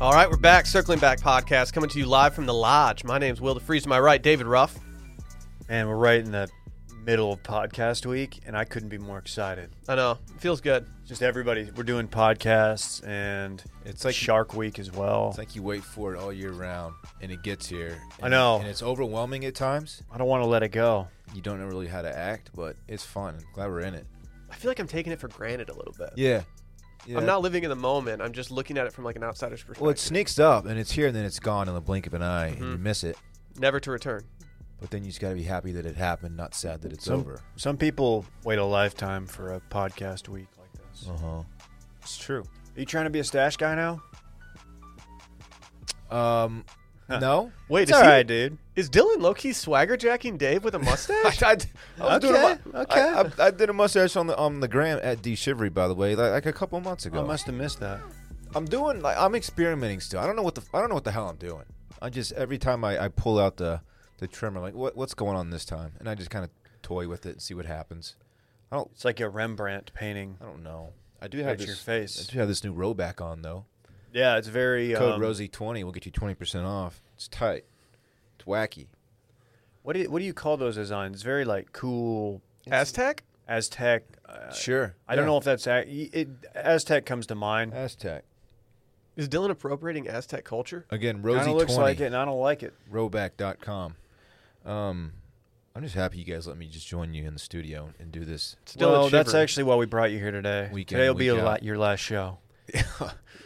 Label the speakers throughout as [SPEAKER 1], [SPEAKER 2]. [SPEAKER 1] All right, we're back. Circling Back podcast coming to you live from the lodge. My name's Will DeFreeze. To my right, David Ruff.
[SPEAKER 2] And we're right in the middle of podcast week, and I couldn't be more excited.
[SPEAKER 1] I know it feels good.
[SPEAKER 2] Just everybody, we're doing podcasts, and it's like Shark Week as well.
[SPEAKER 3] It's like you wait for it all year round, and it gets here.
[SPEAKER 2] I
[SPEAKER 3] and-
[SPEAKER 2] know.
[SPEAKER 3] and it's overwhelming at times.
[SPEAKER 2] I don't want to let it go.
[SPEAKER 3] You don't know really how to act, but it's fun. I'm glad we're in it.
[SPEAKER 1] I feel like I'm taking it for granted a little bit.
[SPEAKER 3] Yeah, yeah.
[SPEAKER 1] I'm not living in the moment. I'm just looking at it from like an outsider's perspective.
[SPEAKER 3] Well, it sneaks up, and it's here, and then it's gone in the blink of an eye, and you miss it.
[SPEAKER 1] never to return.
[SPEAKER 3] But then you just got to be happy that it happened, not sad that it's
[SPEAKER 2] Some,
[SPEAKER 3] over.
[SPEAKER 2] Some people wait a lifetime for a podcast week like this.
[SPEAKER 3] Uh huh.
[SPEAKER 2] It's true. Are you trying to be a stash guy now?
[SPEAKER 3] Um, no.
[SPEAKER 1] Wait,
[SPEAKER 2] it's
[SPEAKER 1] is
[SPEAKER 2] all
[SPEAKER 1] he-
[SPEAKER 2] right, dude.
[SPEAKER 1] Is Dylan low key swagger jacking Dave with a mustache?
[SPEAKER 3] I, I was doing a
[SPEAKER 2] Okay,
[SPEAKER 3] mu-
[SPEAKER 2] okay.
[SPEAKER 3] I, I- I did a mustache on the on the gram at D Shivery, by the way, like, like a couple months ago.
[SPEAKER 2] I must have missed that.
[SPEAKER 3] I'm doing like I'm experimenting still. I don't know what the I don't know what the hell I'm doing. I just every time I, I pull out the the trimmer, like what what's going on this time, and I just kind of toy with it and see what happens. I don't
[SPEAKER 2] It's like a Rembrandt painting.
[SPEAKER 3] I don't know. I do
[SPEAKER 2] At
[SPEAKER 3] have
[SPEAKER 2] your
[SPEAKER 3] this,
[SPEAKER 2] face.
[SPEAKER 3] I do have this new row back on though.
[SPEAKER 2] Yeah, it's very
[SPEAKER 3] Code
[SPEAKER 2] um,
[SPEAKER 3] Rosie twenty will get you twenty percent off. It's tight. It's wacky.
[SPEAKER 2] What do you, what do you call those designs? It's very like cool
[SPEAKER 1] Aztec?
[SPEAKER 2] Aztec. Uh,
[SPEAKER 3] Sure.
[SPEAKER 2] I don't
[SPEAKER 3] Yeah.
[SPEAKER 2] know if that's a- it, Aztec comes to mind.
[SPEAKER 3] Aztec
[SPEAKER 1] Is Dylan appropriating Aztec culture?
[SPEAKER 3] again.
[SPEAKER 2] Kind
[SPEAKER 3] Rosie
[SPEAKER 2] of looks
[SPEAKER 3] twenty.
[SPEAKER 2] like it, and I don't like it.
[SPEAKER 3] Rowback.com. Um, I'm just happy you guys let me just join you in the studio and do this.
[SPEAKER 1] It's Dylan
[SPEAKER 2] well, that's
[SPEAKER 1] shivering.
[SPEAKER 2] actually why we brought you here today.
[SPEAKER 3] Week in,
[SPEAKER 2] today will be
[SPEAKER 3] week
[SPEAKER 2] a
[SPEAKER 3] out.
[SPEAKER 2] lot, your last show.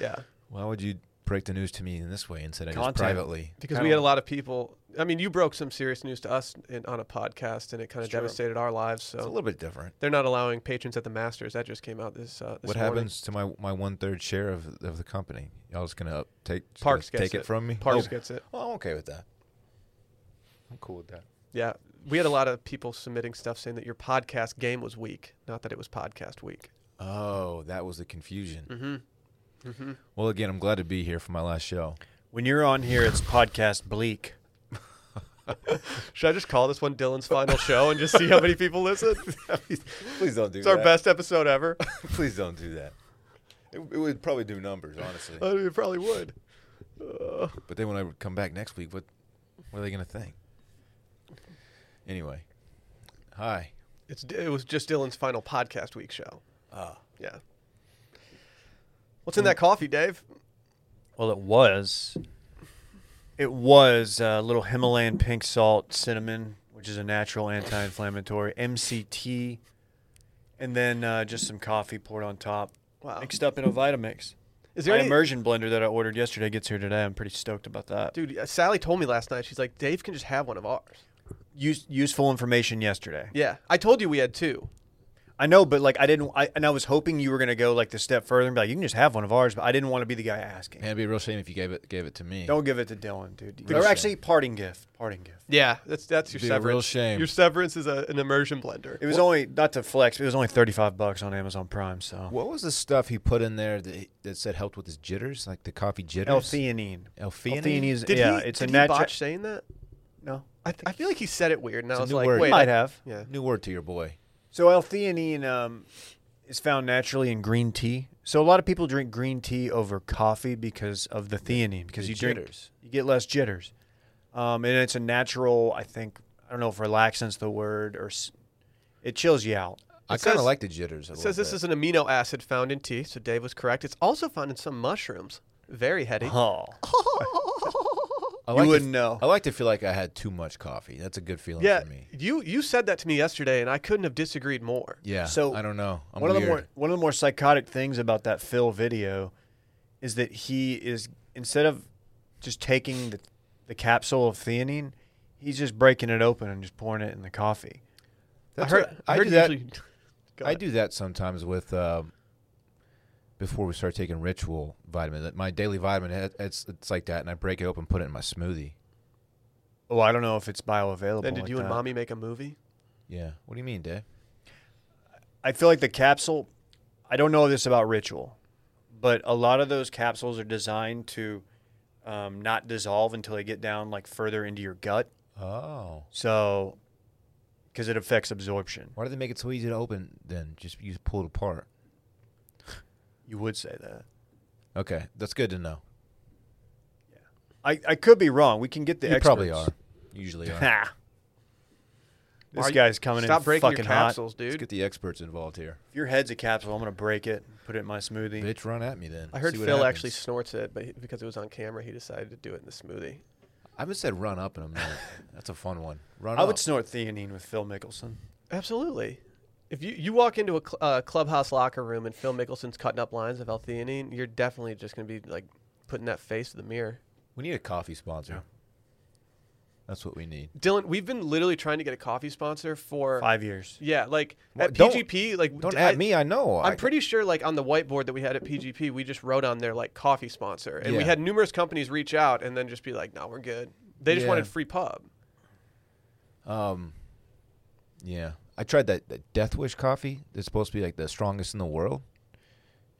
[SPEAKER 1] yeah.
[SPEAKER 3] Why would you break the news to me in this way instead of
[SPEAKER 2] Content.
[SPEAKER 3] just privately?
[SPEAKER 1] Because
[SPEAKER 2] Kinda
[SPEAKER 1] we had a
[SPEAKER 2] like-
[SPEAKER 1] lot of people. I mean, you broke some serious news to us in, on a podcast, and it kind of
[SPEAKER 2] It's true.
[SPEAKER 1] devastated our lives.
[SPEAKER 3] It's a
[SPEAKER 1] So
[SPEAKER 3] little bit different.
[SPEAKER 1] they're not allowing patrons at the Masters. That just came out this. Uh, this
[SPEAKER 3] What
[SPEAKER 1] morning.
[SPEAKER 3] happens to my my one third share of of the company? Y'all just gonna up, take just gonna
[SPEAKER 1] Parks gets
[SPEAKER 3] take it. from me?
[SPEAKER 1] Parks
[SPEAKER 3] oh,
[SPEAKER 1] gets it.
[SPEAKER 3] well, I'm okay with that. I'm cool with that.
[SPEAKER 1] Yeah, we had a lot of people submitting stuff saying that your podcast game was weak, not that it was podcast week.
[SPEAKER 3] Oh, that was the confusion.
[SPEAKER 1] Mm-hmm. Mm-hmm.
[SPEAKER 3] Well, again, I'm glad to be here for my last show.
[SPEAKER 2] When you're on here, it's podcast bleak.
[SPEAKER 1] Should I just call this one Dylan's final show and just see how many people listen?
[SPEAKER 3] Please don't do
[SPEAKER 1] It's our best episode ever.
[SPEAKER 3] Please don't do that. It, it would probably do numbers, honestly.
[SPEAKER 1] I mean, it probably would. Uh,
[SPEAKER 3] But then when I come back next week, what what are they gonna think? Anyway, hi.
[SPEAKER 1] it's it was just Dylan's final podcast week show.
[SPEAKER 3] Uh,
[SPEAKER 1] Yeah. What's in that coffee, Dave?
[SPEAKER 2] Well, it was. It was uh, little Himalayan pink salt, cinnamon, which is a natural anti-inflammatory, MCT, and then uh, just some coffee poured on top,
[SPEAKER 1] Wow.
[SPEAKER 2] mixed up in a Vitamix.
[SPEAKER 1] Is
[SPEAKER 2] My
[SPEAKER 1] there any
[SPEAKER 2] immersion blender that I ordered yesterday gets here today. I'm pretty stoked about that.
[SPEAKER 1] dude? uh, Sally told me last night. She's like, Dave can just have one of ours.
[SPEAKER 2] Use, useful information yesterday.
[SPEAKER 1] Yeah, I told you we had two.
[SPEAKER 2] I know, but like I didn't, I, and I was hoping you were gonna go like the step further and be like, you can just have one of ours, but I didn't want to be the guy asking.
[SPEAKER 3] man, it'd be a real shame if you gave it gave it to me.
[SPEAKER 2] Don't give it to Dylan, dude.
[SPEAKER 3] Real
[SPEAKER 2] Or
[SPEAKER 3] shame.
[SPEAKER 2] actually, parting gift, parting gift.
[SPEAKER 1] Yeah, that's that's your
[SPEAKER 3] It'd be a
[SPEAKER 1] severance.
[SPEAKER 3] real shame.
[SPEAKER 1] Your severance is a, an immersion blender.
[SPEAKER 2] It was only not to flex, but it was only thirty-five bucks on Amazon Prime. So
[SPEAKER 3] What was the stuff he put in there that, that said helped with his jitters, like the coffee jitters?
[SPEAKER 2] L-theanine.
[SPEAKER 3] L-theanine?
[SPEAKER 2] is
[SPEAKER 1] Did
[SPEAKER 2] yeah,
[SPEAKER 1] he?
[SPEAKER 2] it's
[SPEAKER 1] did he
[SPEAKER 2] a natural.
[SPEAKER 1] botch saying that?
[SPEAKER 2] No,
[SPEAKER 1] I, th- I feel like he said it weird, and I
[SPEAKER 3] It's a
[SPEAKER 1] was
[SPEAKER 3] new
[SPEAKER 1] like,
[SPEAKER 3] word.
[SPEAKER 1] wait,
[SPEAKER 2] might
[SPEAKER 1] I-
[SPEAKER 2] have.
[SPEAKER 1] yeah.
[SPEAKER 3] New word to your boy.
[SPEAKER 2] So L-theanine um, is found naturally in green tea. So a lot of people drink green tea over coffee because of the theanine, because
[SPEAKER 3] The
[SPEAKER 2] you drink,
[SPEAKER 3] jitters.
[SPEAKER 2] you get less jitters, um, and it's a natural. I think I don't know if relaxant's the word or s- it chills you out.
[SPEAKER 3] I
[SPEAKER 1] It
[SPEAKER 3] kind
[SPEAKER 1] says-
[SPEAKER 3] of like the jitters. A
[SPEAKER 1] It says this
[SPEAKER 3] is
[SPEAKER 1] is an amino acid found in tea, so Dave was correct. It's also found in some mushrooms. Very heady.
[SPEAKER 2] Oh,
[SPEAKER 3] I
[SPEAKER 2] you
[SPEAKER 3] like to-
[SPEAKER 2] wouldn't know.
[SPEAKER 3] I like to feel like I had too much coffee. That's a good feeling
[SPEAKER 1] Yeah,
[SPEAKER 3] for me.
[SPEAKER 1] you you said that to me yesterday, and I couldn't have disagreed more.
[SPEAKER 3] Yeah.
[SPEAKER 2] So,
[SPEAKER 3] I don't know. I'm
[SPEAKER 2] one of
[SPEAKER 3] weird.
[SPEAKER 2] the more one of the more psychotic things about that Phil video is that he is instead of just taking the the capsule of theanine, he's just breaking it open and just pouring it in the coffee.
[SPEAKER 3] That's
[SPEAKER 1] I heard.
[SPEAKER 3] what-
[SPEAKER 1] I, heard
[SPEAKER 3] do
[SPEAKER 1] you
[SPEAKER 3] that.
[SPEAKER 1] usually- Go
[SPEAKER 3] I
[SPEAKER 1] ahead.
[SPEAKER 3] do that sometimes with um, before we start taking ritual vitamin. That- My daily vitamin, it- it's it's like that, and I break it open, put it in my smoothie.
[SPEAKER 2] Oh, I don't know if it's bioavailable.
[SPEAKER 1] Then did
[SPEAKER 2] like
[SPEAKER 1] you and
[SPEAKER 2] that.
[SPEAKER 1] mommy make a movie?
[SPEAKER 3] Yeah. What do you mean, Dave?
[SPEAKER 2] I feel like the capsule. I don't know this about ritual, but a lot of those capsules are designed to um, not dissolve until they get down like further into your gut.
[SPEAKER 3] Oh.
[SPEAKER 2] So, because it affects absorption.
[SPEAKER 3] Why do they make it so easy to open? Then just you just pull it apart.
[SPEAKER 2] You would say that.
[SPEAKER 3] Okay, that's good to know.
[SPEAKER 2] I, I could be wrong. We can get the
[SPEAKER 3] you
[SPEAKER 2] experts.
[SPEAKER 3] probably are. Usually are.
[SPEAKER 2] Ha. This
[SPEAKER 1] Why-
[SPEAKER 2] guy's coming
[SPEAKER 1] Stop
[SPEAKER 2] in
[SPEAKER 1] breaking
[SPEAKER 2] fucking
[SPEAKER 1] your
[SPEAKER 2] hot.
[SPEAKER 1] capsules,
[SPEAKER 3] Let's
[SPEAKER 1] dude.
[SPEAKER 3] get the experts involved here.
[SPEAKER 2] If your head's a capsule, I'm gonna break it, put it in my smoothie.
[SPEAKER 3] Bitch, run at me then.
[SPEAKER 1] I heard
[SPEAKER 3] See what
[SPEAKER 1] Phil
[SPEAKER 3] happens.
[SPEAKER 1] actually snorts it, but he, because it was on camera, he decided to do it in the smoothie.
[SPEAKER 3] I haven't said run up in a minute. That's a fun one. Run
[SPEAKER 2] I
[SPEAKER 3] up.
[SPEAKER 2] would snort theanine with Phil Mickelson.
[SPEAKER 1] Absolutely. If you, you walk into a cl- uh, clubhouse locker room and Phil Mickelson's cutting up lines of L-theanine, you're definitely just going to be like putting that face to the mirror.
[SPEAKER 3] we need a coffee sponsor. That's what we need.
[SPEAKER 1] Dylan, we've been literally trying to get a coffee sponsor for
[SPEAKER 2] Five years.
[SPEAKER 1] yeah, like
[SPEAKER 3] Well,
[SPEAKER 1] at
[SPEAKER 3] don't-
[SPEAKER 1] PGP. like
[SPEAKER 3] Don't
[SPEAKER 1] I-
[SPEAKER 3] at me. I know.
[SPEAKER 1] I'm
[SPEAKER 3] I-
[SPEAKER 1] pretty sure, like on the whiteboard that we had at PGP, we just wrote on there like coffee sponsor, and we
[SPEAKER 3] Yeah.
[SPEAKER 1] had numerous companies reach out and then just be like, "No, we're good." They just
[SPEAKER 3] Yeah.
[SPEAKER 1] wanted free pub.
[SPEAKER 3] Um, yeah, I tried that, that Death Wish coffee. That's supposed to be like the strongest in the world.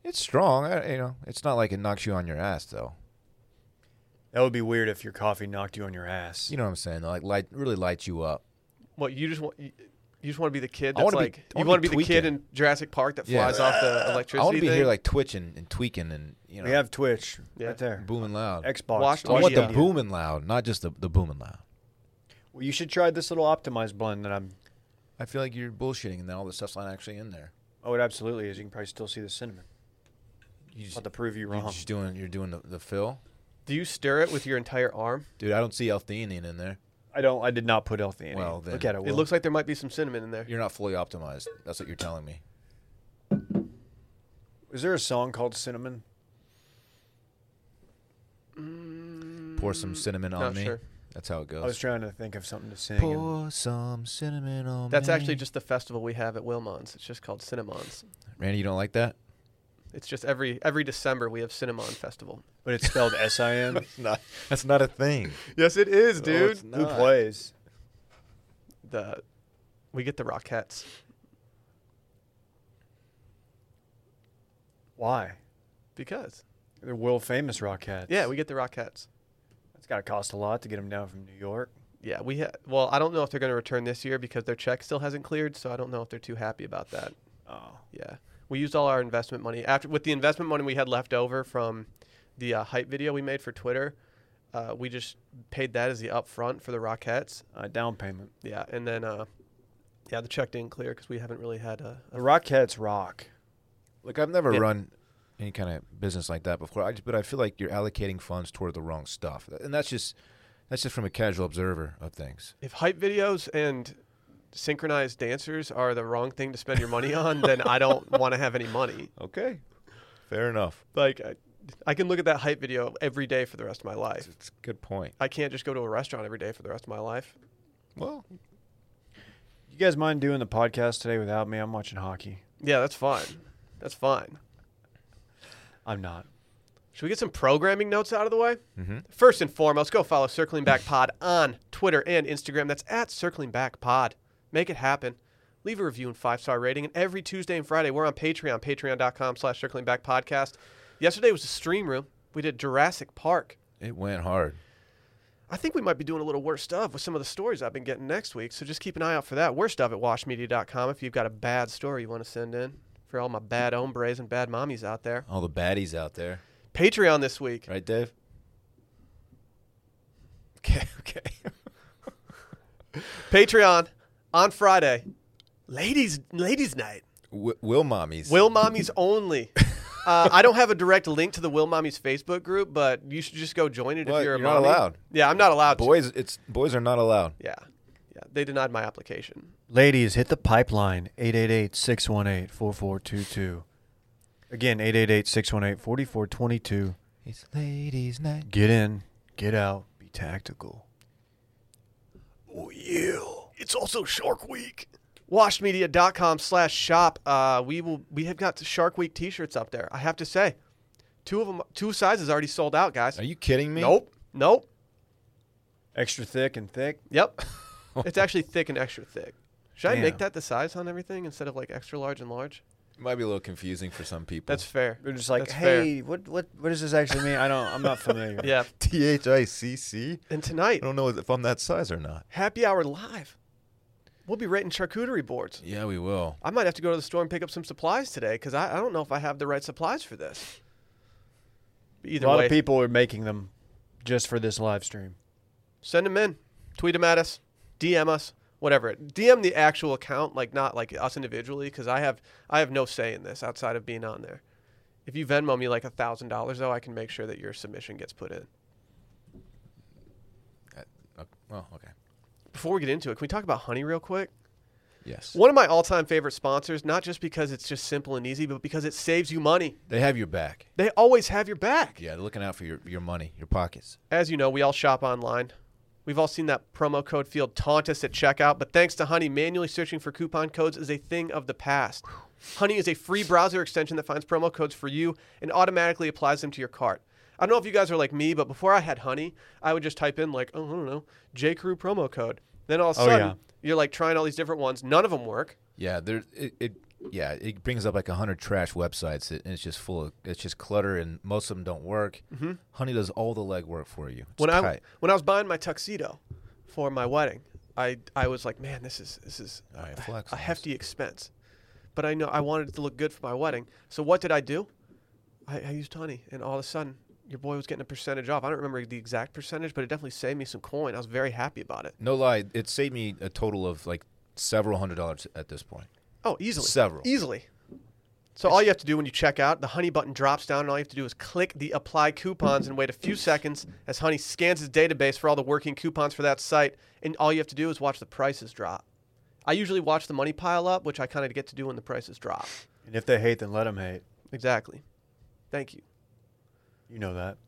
[SPEAKER 3] It's strong. I, you know, it's not like it knocks you on your ass though.
[SPEAKER 2] That would be weird if your coffee knocked you on your ass.
[SPEAKER 3] You know what I'm saying? Like, light really lights you up.
[SPEAKER 1] What you just want? You, you just want to be the kid
[SPEAKER 3] I
[SPEAKER 1] that's
[SPEAKER 3] wanna be-
[SPEAKER 1] like you
[SPEAKER 3] I wanna
[SPEAKER 1] want
[SPEAKER 3] be
[SPEAKER 1] to be the kid
[SPEAKER 3] tweaking.
[SPEAKER 1] in Jurassic Park that
[SPEAKER 3] Yeah.
[SPEAKER 1] flies off the
[SPEAKER 3] I
[SPEAKER 1] electricity.
[SPEAKER 3] want to be
[SPEAKER 1] thing.
[SPEAKER 3] here like twitching and tweaking and you know,
[SPEAKER 2] we have Twitch
[SPEAKER 1] Yeah.
[SPEAKER 2] right there.
[SPEAKER 3] booming loud.
[SPEAKER 2] Xbox.
[SPEAKER 1] Watch-
[SPEAKER 3] I want the
[SPEAKER 1] media.
[SPEAKER 3] booming loud, not just the the booming loud.
[SPEAKER 2] Well, you should try this little optimized blend that I'm.
[SPEAKER 3] I feel like you're bullshitting, and then all the stuff's not actually in there.
[SPEAKER 2] Oh, it absolutely is. You can probably still see the cinnamon.
[SPEAKER 3] You just,
[SPEAKER 2] I'll to prove you
[SPEAKER 3] you're
[SPEAKER 2] wrong.
[SPEAKER 3] just doing you're doing the, the fill,
[SPEAKER 1] Do you stir it with your entire arm?
[SPEAKER 3] dude. I don't see L-theanine in there.
[SPEAKER 2] I don't. I did not put L-theanine.
[SPEAKER 3] Well, then.
[SPEAKER 2] look at it.
[SPEAKER 1] It
[SPEAKER 2] Will.
[SPEAKER 1] looks like there might be some cinnamon in there.
[SPEAKER 3] You're not fully optimized. That's what you're telling me.
[SPEAKER 2] Is there a song called Cinnamon?
[SPEAKER 3] Pour some cinnamon on
[SPEAKER 1] not
[SPEAKER 3] me.
[SPEAKER 1] sure.
[SPEAKER 3] That's how it goes.
[SPEAKER 2] I was trying to think of something to sing. and-
[SPEAKER 3] Pour some cinnamon on
[SPEAKER 1] That's
[SPEAKER 3] me.
[SPEAKER 1] actually just the festival we have at Wilmons. It's just called Cinnamons.
[SPEAKER 3] Randy, you don't like that?
[SPEAKER 1] It's just every every December we have Cinnamon Festival.
[SPEAKER 2] but it's spelled S-I-N.
[SPEAKER 3] Not, that's not a thing.
[SPEAKER 1] Yes, it is,
[SPEAKER 3] dude.
[SPEAKER 2] Who
[SPEAKER 3] Not.
[SPEAKER 2] plays?
[SPEAKER 1] Oh, the we get the Rockettes.
[SPEAKER 2] Why?
[SPEAKER 1] Because
[SPEAKER 2] They're world famous Rockettes.
[SPEAKER 1] yeah, we get the Rockettes.
[SPEAKER 2] That's got to cost a lot to get them down from New York.
[SPEAKER 1] Yeah, we ha- well, I don't know if they're going to return this year because their check still hasn't cleared, so I don't know if they're too happy about that.
[SPEAKER 2] Oh,
[SPEAKER 1] Yeah, we used all our investment money after with the investment money we had left over from the uh, hype video we made for Twitter. Uh, we just paid that as the upfront for the Rockettes.
[SPEAKER 2] uh, down payment.
[SPEAKER 1] Yeah, and then uh, yeah, the check didn't clear because we haven't really had a,
[SPEAKER 2] The
[SPEAKER 1] a
[SPEAKER 2] Rockettes rock.
[SPEAKER 3] Look, I've never
[SPEAKER 1] Yeah.
[SPEAKER 3] run any kind of business like that before. I just, but I feel like you're allocating funds toward the wrong stuff, and that's just that's just from a casual observer of things.
[SPEAKER 1] if hype videos and synchronized dancers are the wrong thing to spend your money on, then I don't want to have any money.
[SPEAKER 3] Okay, fair enough.
[SPEAKER 1] Like I, I can look at that hype video every day for the rest of my life.
[SPEAKER 3] It's, it's a good point.
[SPEAKER 1] I can't just go to a restaurant every day for the rest of my life.
[SPEAKER 3] Well,
[SPEAKER 2] You guys mind doing the podcast today without me? I'm watching hockey.
[SPEAKER 1] Yeah, that's fine. That's fine.
[SPEAKER 2] I'm not.
[SPEAKER 1] Should we get some programming notes out of the way?
[SPEAKER 3] Mhm.
[SPEAKER 1] First and foremost, go follow Circling Back Pod on Twitter and Instagram. That's at Circling Back Pod. Make it happen. Leave a review and five star rating. And every Tuesday and Friday, we're on Patreon, patreon.com slash circling back podcast. Yesterday was the stream room. We did Jurassic Park.
[SPEAKER 3] it went hard.
[SPEAKER 1] I think we might be doing a little worse stuff with some of the stories I've been getting next week. So just keep an eye out for that. Worst stuff at washmedia.com if you've got a bad story you want to send in for all my bad hombres and bad mommies out there.
[SPEAKER 3] All the baddies out there,
[SPEAKER 1] Patreon this week.
[SPEAKER 3] right, Dave? Okay, okay.
[SPEAKER 1] Patreon on Friday. Ladies ladies night.
[SPEAKER 3] Wi- Will mommies?
[SPEAKER 1] Will mommies only. Uh, I don't have a direct link to the Will Mommies Facebook group, but you should just go join it
[SPEAKER 3] What?
[SPEAKER 1] if you're, a
[SPEAKER 3] You're not
[SPEAKER 1] mommy.
[SPEAKER 3] allowed.
[SPEAKER 1] Yeah, I'm not allowed. to.
[SPEAKER 3] boys? It's boys are not allowed.
[SPEAKER 1] Yeah, yeah. They denied my application.
[SPEAKER 2] Ladies, hit the pipeline 888 618 4422. Again, 888 618 4422.
[SPEAKER 3] It's ladies' night.
[SPEAKER 2] Get in, get out, be tactical.
[SPEAKER 1] Oh, yeah. It's also Shark Week. Washmedia.com slash shop. Uh, we will. We have got Shark Week T-shirts up there. I have to say, two of them, two sizes already sold out, guys.
[SPEAKER 3] Are you kidding me?
[SPEAKER 1] Nope. Nope.
[SPEAKER 2] Extra thick and thick.
[SPEAKER 1] Yep. it's actually thick and extra thick. Should I make
[SPEAKER 2] Damn.
[SPEAKER 1] that the size on everything instead of like extra large and large?
[SPEAKER 3] It might be a little confusing for some people.
[SPEAKER 1] That's fair.
[SPEAKER 2] They're just like,
[SPEAKER 1] That's fair.
[SPEAKER 2] hey, what, what what does this actually mean? I don't, I'm not familiar.
[SPEAKER 1] Yeah.
[SPEAKER 3] T H I C C.
[SPEAKER 1] And tonight,
[SPEAKER 3] don't know if I'm that size or not.
[SPEAKER 1] happy hour live. We'll be rating charcuterie boards.
[SPEAKER 3] Yeah, we will.
[SPEAKER 1] I might have to go to the store and pick up some supplies today because I, I don't know if I have the right supplies for this. But
[SPEAKER 2] A
[SPEAKER 1] Either
[SPEAKER 2] lot
[SPEAKER 1] way,
[SPEAKER 2] of people are making them just for this live stream.
[SPEAKER 1] Send them in. Tweet them at us. DM us. Whatever. DM the actual account, like not like us individually, because I have I have no say in this outside of being on there. If you Venmo me like a thousand dollars though, I can make sure that your submission gets put in.
[SPEAKER 3] Uh, well, okay.
[SPEAKER 1] Before we get into it, can we talk about honey real quick?
[SPEAKER 3] Yes.
[SPEAKER 1] One of my all-time favorite sponsors, not just because it's just simple and easy, but because it saves you money.
[SPEAKER 3] They have your back.
[SPEAKER 1] They always have your back.
[SPEAKER 3] Yeah, they're looking out for your, your money, your pockets.
[SPEAKER 1] As you know, we all shop online. We've all seen that promo code field taunt us at checkout, but thanks to Honey, manually searching for coupon codes is a thing of the past. Honey is a free browser extension that finds promo codes for you and automatically applies them to your cart. I don't know if you guys are like me, but before I had Honey, I would just type in like, oh, I don't know, J Crew promo code. Then all of a
[SPEAKER 2] Oh,
[SPEAKER 1] sudden,
[SPEAKER 2] yeah.
[SPEAKER 1] you're like trying all these different ones. None of them work.
[SPEAKER 3] Yeah, there it, it yeah, it brings up like a 100 trash websites that- and it's just full of it's just clutter and most of them don't work. Honey does all the legwork for you. It's
[SPEAKER 1] when I
[SPEAKER 3] tight.
[SPEAKER 1] when I was buying my tuxedo for my wedding, I I was like, man, this is this is
[SPEAKER 3] All right,
[SPEAKER 1] a-
[SPEAKER 3] flex
[SPEAKER 1] a
[SPEAKER 3] on us.
[SPEAKER 1] hefty expense, but I know I wanted it to look good for my wedding. So what did I do? I, I used honey, and all of a sudden, your boy was getting a percentage off. I don't remember the exact percentage, but it definitely saved me some coin. I was very happy about it.
[SPEAKER 3] No lie, it saved me a total of like several hundred dollars at this point.
[SPEAKER 1] Oh, easily.
[SPEAKER 3] Several.
[SPEAKER 1] Easily. So all you have to do when you check out, the Honey button drops down, and all you have to do is click the apply coupons and wait a few seconds as Honey scans his database for all the working coupons for that site, and all you have to do is watch the prices drop. I usually watch the money pile up, which I kind of get to do when the prices drop.
[SPEAKER 2] And if they hate, then let them hate.
[SPEAKER 1] Exactly. Thank you.
[SPEAKER 2] You know that.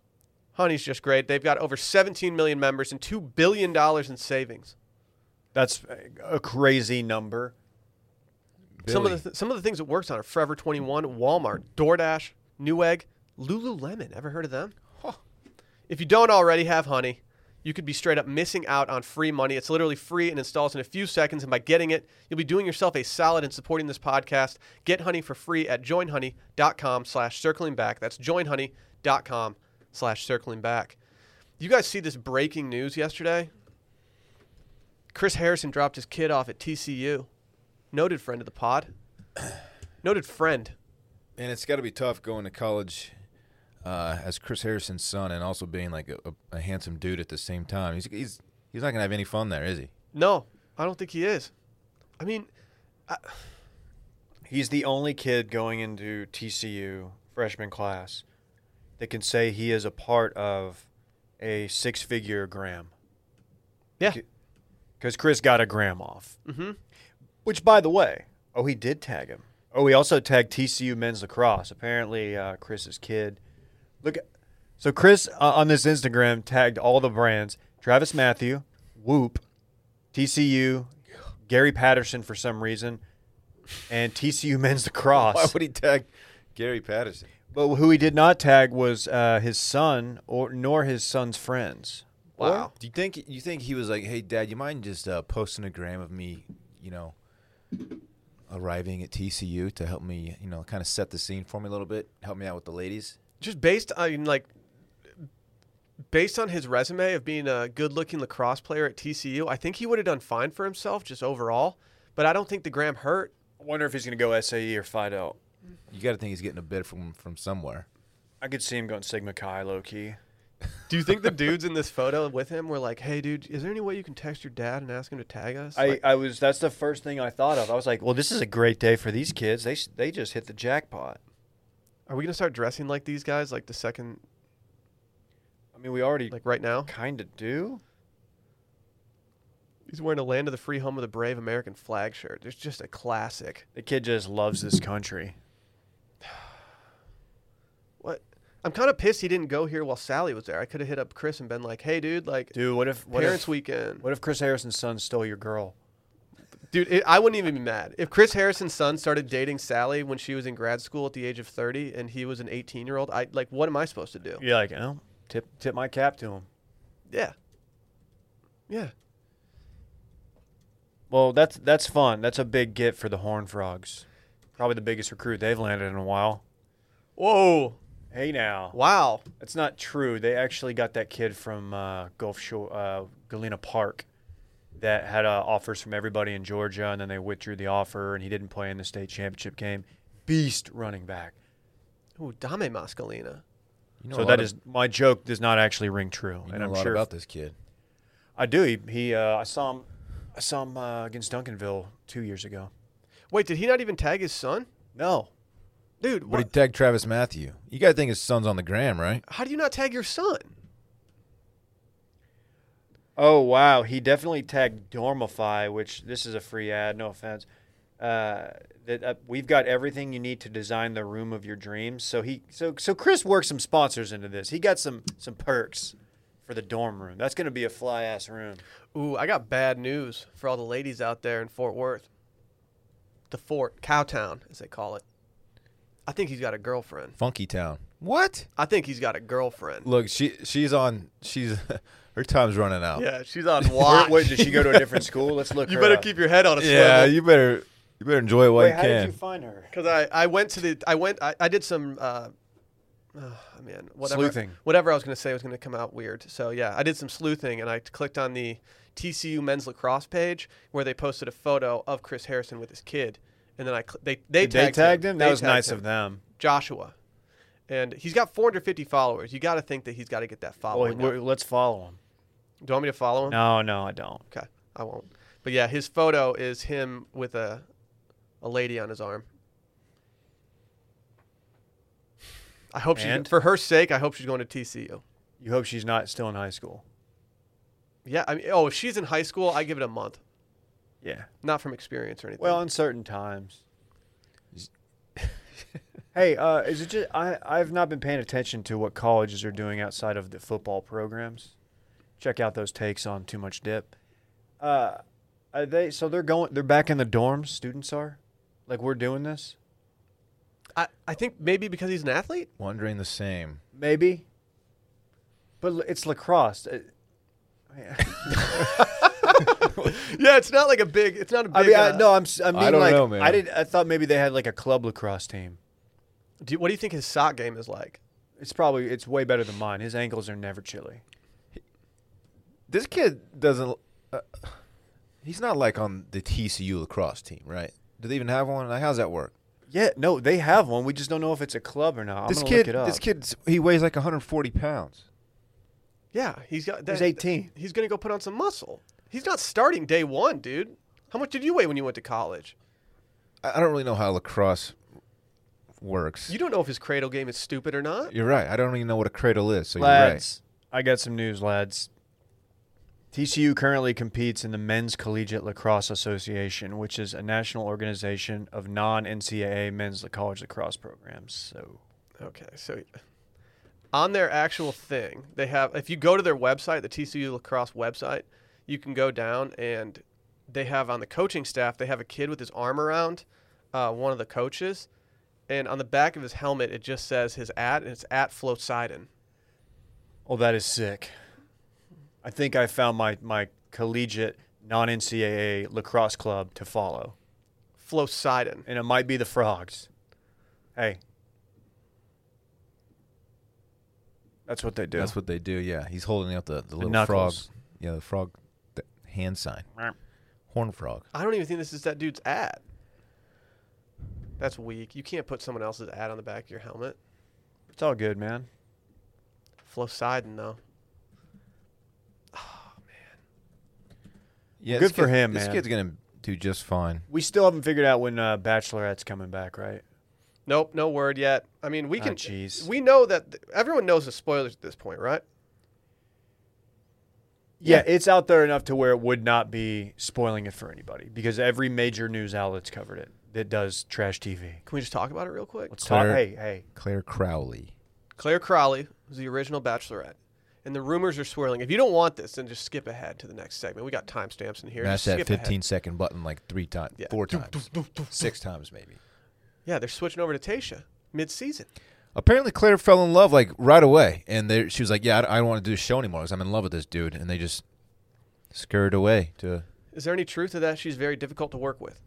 [SPEAKER 1] Honey's just great. They've got over 17 million members and $2 billion in savings.
[SPEAKER 2] That's a crazy number.
[SPEAKER 1] Some of
[SPEAKER 3] Billy.
[SPEAKER 1] the th- some of the things it works on are Forever 21, Walmart, DoorDash, Newegg, Lululemon. Ever heard of them? If you don't already have Honey, you could be straight up missing out on free money. It's literally free and installs in a few seconds, and by getting it, you'll be doing yourself a solid in supporting this podcast. Get Honey for free at joinhoney.com slash circling back. That's joinhoney.com slash circling back. You guys see this breaking news yesterday? Chris Harrison dropped his kid off at TCU. Noted friend of the pod. Noted friend.
[SPEAKER 3] And it's got to be tough going to college uh, as Chris Harrison's son and also being like a, a, a handsome dude at the same time. He's he's he's not gonna have any fun there, is he?
[SPEAKER 1] No, I don't think he is. I mean,
[SPEAKER 2] He's the only kid going into TCU freshman class that can say he is a part of a six figure gram.
[SPEAKER 1] Yeah.
[SPEAKER 2] Because Chris got a gram off.
[SPEAKER 1] Mhm.
[SPEAKER 2] Which, by the way, oh, he did tag him. Oh, he also tagged TCU men's lacrosse. Apparently, uh, Chris's kid. Look, at- so Chris uh, on this Instagram tagged all the brands: Travis Matthew, Whoop, TCU, Gary Patterson for some reason, and TCU men's
[SPEAKER 3] Why
[SPEAKER 2] lacrosse.
[SPEAKER 3] would he tag Gary Patterson?
[SPEAKER 2] But who he did not tag was uh, his son, or nor his son's friends.
[SPEAKER 1] Wow.
[SPEAKER 3] Or do you think you think he was like, hey, Dad, you mind just uh, posting a gram of me, you know, arriving at TCU to help me, you know, kind of set the scene for me a little bit, help me out with the ladies?
[SPEAKER 1] just based on like based on his resume of being a good-looking lacrosse player at TCU, I think he would have done fine for himself just overall, but I don't think the Graham hurt.
[SPEAKER 2] I wonder if he's going to go SAE or Fido.
[SPEAKER 3] You got to think he's getting a bid from from somewhere.
[SPEAKER 2] I could see him going Sigma Chi low key.
[SPEAKER 1] Do you think the dudes in this photo with him were like, "Hey dude, is there any way you can text your dad and ask him to tag us?"
[SPEAKER 2] I,
[SPEAKER 1] Like,
[SPEAKER 2] I was that's the first thing I thought of. I was like, well, this is a great day for these kids. They s- they just hit the jackpot.
[SPEAKER 1] are we going to start dressing like these guys like the second
[SPEAKER 2] I mean, we already
[SPEAKER 1] like right now?
[SPEAKER 2] kind of do.
[SPEAKER 1] He's wearing a land of the free home of the brave American flag shirt. It's just a classic.
[SPEAKER 2] The kid just loves this country.
[SPEAKER 1] What? I'm kind of pissed he didn't go here while Sally was there. I could have hit up Chris and been like, "Hey dude, like
[SPEAKER 2] Dude, what if what
[SPEAKER 1] parents
[SPEAKER 2] if
[SPEAKER 1] weekend."
[SPEAKER 2] what if Chris Harrison's son stole your girl?
[SPEAKER 1] Dude, it, I wouldn't even be mad if Chris Harrison's son started dating Sally when she was in grad school at the age of thirty, and he was an eighteen-year-old. I like, what am I supposed to do?
[SPEAKER 2] You're like, oh, tip tip my cap to him.
[SPEAKER 1] Yeah, yeah.
[SPEAKER 2] Well, that's that's fun. That's a big get for the Horn Frogs. Probably the biggest recruit they've landed in a while.
[SPEAKER 1] Whoa!
[SPEAKER 2] Hey now,
[SPEAKER 1] Wow!
[SPEAKER 2] that's not true. They actually got that kid from uh, Gulf Shore, uh, Galena Park, that had uh, offers from everybody in Georgia, and then they withdrew the offer, and he didn't play in the state championship game. Beast running back.
[SPEAKER 1] Ooh, Dame Mascalina.
[SPEAKER 3] You know
[SPEAKER 2] so
[SPEAKER 3] a
[SPEAKER 2] that
[SPEAKER 3] lot
[SPEAKER 2] is my joke does not actually ring true,
[SPEAKER 3] Of, you
[SPEAKER 2] and
[SPEAKER 3] know
[SPEAKER 2] I'm
[SPEAKER 3] a lot
[SPEAKER 2] sure
[SPEAKER 3] about this kid.
[SPEAKER 2] I do. He, he uh, I saw him, I saw him uh, against Duncanville two years ago.
[SPEAKER 1] Wait, did he not even tag his son?
[SPEAKER 2] No,
[SPEAKER 1] Dude,
[SPEAKER 3] But
[SPEAKER 1] what,
[SPEAKER 3] he tagged Travis Matthew. You gotta think his son's on the gram, right?
[SPEAKER 1] how do you not tag your son?
[SPEAKER 2] Oh wow, he definitely tagged Dormify, which this is a free ad. No offense. Uh, that uh, we've got everything you need to design the room of your dreams. So he, so so Chris worked some sponsors into this. He got some some perks for the dorm room. That's gonna be a fly ass room.
[SPEAKER 1] Ooh, I got bad news for all the ladies out there in Fort Worth. The fort, Cowtown, as they call it. I think he's got a girlfriend.
[SPEAKER 3] Funky Town. What?
[SPEAKER 1] I think he's got a girlfriend.
[SPEAKER 3] Look, she she's on. She's her time's running out.
[SPEAKER 1] Yeah, she's on
[SPEAKER 2] Where,
[SPEAKER 1] watch.
[SPEAKER 2] where- did she go to a different school? Let's look.
[SPEAKER 1] you
[SPEAKER 2] her
[SPEAKER 1] better
[SPEAKER 2] up.
[SPEAKER 1] keep your head on a swivel.
[SPEAKER 3] Yeah, you better you better enjoy it while
[SPEAKER 2] Wait,
[SPEAKER 3] you
[SPEAKER 2] how
[SPEAKER 3] can.
[SPEAKER 2] did you find her?
[SPEAKER 1] Because I, I went to the I went I, I did some uh, oh, man whatever
[SPEAKER 2] Sleuthing.
[SPEAKER 1] whatever I was gonna say was gonna come out weird. So yeah, I did some sleuthing and I clicked on the TCU men's lacrosse page where they posted a photo of Chris Harrison with his kid, and then I cl- they they
[SPEAKER 2] Did they
[SPEAKER 1] tagged,
[SPEAKER 2] tagged him. That
[SPEAKER 1] They
[SPEAKER 2] was
[SPEAKER 1] tagged
[SPEAKER 2] nice
[SPEAKER 1] him.
[SPEAKER 2] of them.
[SPEAKER 1] Joshua, and he's got 450 followers. You got to think that he's got to get that
[SPEAKER 2] Well,
[SPEAKER 1] following. up.
[SPEAKER 2] we- let's follow him.
[SPEAKER 1] Do you want me to follow him?
[SPEAKER 2] No, no, I don't.
[SPEAKER 1] Okay, I won't. But yeah, his photo is him with a a lady on his arm. I hope she,
[SPEAKER 2] And?
[SPEAKER 1] for her sake, I hope she's going to TCU.
[SPEAKER 2] You hope she's not still in high school.
[SPEAKER 1] Yeah, I mean, oh, if she's in high school, I give it a month,
[SPEAKER 2] Yeah.
[SPEAKER 1] not from experience or anything.
[SPEAKER 2] Well, uncertain times. hey, uh, is it just I? I've not been paying attention to what colleges are doing outside of the football programs. Check out those takes on too much dip. Uh, are they so they're going. They're back in the dorms. Students are, like we're doing this.
[SPEAKER 1] I, I think maybe because he's an athlete.
[SPEAKER 3] Wondering the same.
[SPEAKER 2] Maybe. But l- it's lacrosse. Uh,
[SPEAKER 1] yeah, it's not like a big. It's not a big.
[SPEAKER 2] I mean, I,
[SPEAKER 1] uh,
[SPEAKER 2] no, I'm. s- I mean,
[SPEAKER 3] don't
[SPEAKER 2] like,
[SPEAKER 3] know, man.
[SPEAKER 2] I did. I thought maybe they had like a club lacrosse team.
[SPEAKER 1] Do you- what do you think his sock game is like?
[SPEAKER 2] It's probably it's way better than mine. His ankles are never chilly.
[SPEAKER 3] This kid doesn't. Uh, he's not like on the TCU lacrosse team, right? Do they even have one? Like, how's that work?
[SPEAKER 2] Yeah, no, they have one. We just don't know if it's a club or not. I'm
[SPEAKER 3] this
[SPEAKER 2] gonna
[SPEAKER 3] kid,
[SPEAKER 2] look it up.
[SPEAKER 3] this kid's he weighs like 140 pounds.
[SPEAKER 1] Yeah, he's got.
[SPEAKER 2] he's
[SPEAKER 1] that-
[SPEAKER 2] 18.
[SPEAKER 1] He's gonna go put on some muscle. He's not starting day one, dude. How much did you weigh when you went to college?
[SPEAKER 3] I, I don't really know how lacrosse works.
[SPEAKER 1] You don't know if his cradle game is stupid or not.
[SPEAKER 3] You're right. I don't even know what a cradle is. So
[SPEAKER 2] Lads, I got some news, lads. TCU currently competes in the Men's Collegiate Lacrosse Association, which is a national organization of non-NCAA men's college lacrosse programs. So
[SPEAKER 1] Okay, so on their actual thing, they have. If you go to their website, the TCU lacrosse website, you can go down and they have on the coaching staff. They have a kid with his arm around uh, one of the coaches, and on the back of his helmet, it just says his at, and it's at Flosidin.
[SPEAKER 2] Oh, that is sick. I think I found my, my collegiate non NCAA lacrosse club to follow,
[SPEAKER 1] Flosidin.
[SPEAKER 2] and it might be the Frogs. Hey, that's what they
[SPEAKER 3] you're
[SPEAKER 2] do.
[SPEAKER 3] right. That's what they do. Yeah, he's holding up the, the little
[SPEAKER 2] knuckles.
[SPEAKER 3] frog. Yeah, the frog the hand sign.
[SPEAKER 2] Meow.
[SPEAKER 3] Horn frog.
[SPEAKER 1] I don't even think this is that dude's at. That's weak. You can't put someone else's ad on the back of your helmet.
[SPEAKER 2] it's all good, man.
[SPEAKER 1] Flosidin, though.
[SPEAKER 3] Yeah,
[SPEAKER 2] Good
[SPEAKER 3] this
[SPEAKER 2] for
[SPEAKER 3] kid-
[SPEAKER 2] him,
[SPEAKER 3] This
[SPEAKER 2] man.
[SPEAKER 3] kid's gonna do just fine.
[SPEAKER 2] We still haven't figured out when uh, Bachelorette's coming back, right?
[SPEAKER 1] Nope, no word yet. I mean, we
[SPEAKER 2] Ah,
[SPEAKER 1] can.
[SPEAKER 2] jeez.
[SPEAKER 1] we know that th- everyone knows the spoilers at this point, right?
[SPEAKER 2] Yeah, it's out there enough to where it would not be spoiling it for anybody because every major news outlet's covered it that does trash TV.
[SPEAKER 1] Can we just talk about it real quick?
[SPEAKER 2] Let's talk.
[SPEAKER 3] Claire-
[SPEAKER 2] Hey, hey.
[SPEAKER 3] Claire Crowley.
[SPEAKER 1] Claire Crowley was the original Bachelorette, and the rumors are swirling. If you don't want this, then just skip ahead to the next segment. We got timestamps in here.
[SPEAKER 3] Mash
[SPEAKER 1] Just
[SPEAKER 3] that
[SPEAKER 1] skip
[SPEAKER 3] 15
[SPEAKER 1] ahead.
[SPEAKER 3] second button like three times,
[SPEAKER 1] Yeah.
[SPEAKER 3] four times, six times maybe.
[SPEAKER 1] Yeah, they're switching over to Tasha mid-season.
[SPEAKER 3] Apparently, Claire fell in love like right away, and they, she was like, "Yeah, I, don't- I don't want to do this show anymore because I'm in love with this dude." And they just scurried away. To
[SPEAKER 1] Is there any truth to that? She's very difficult to work with.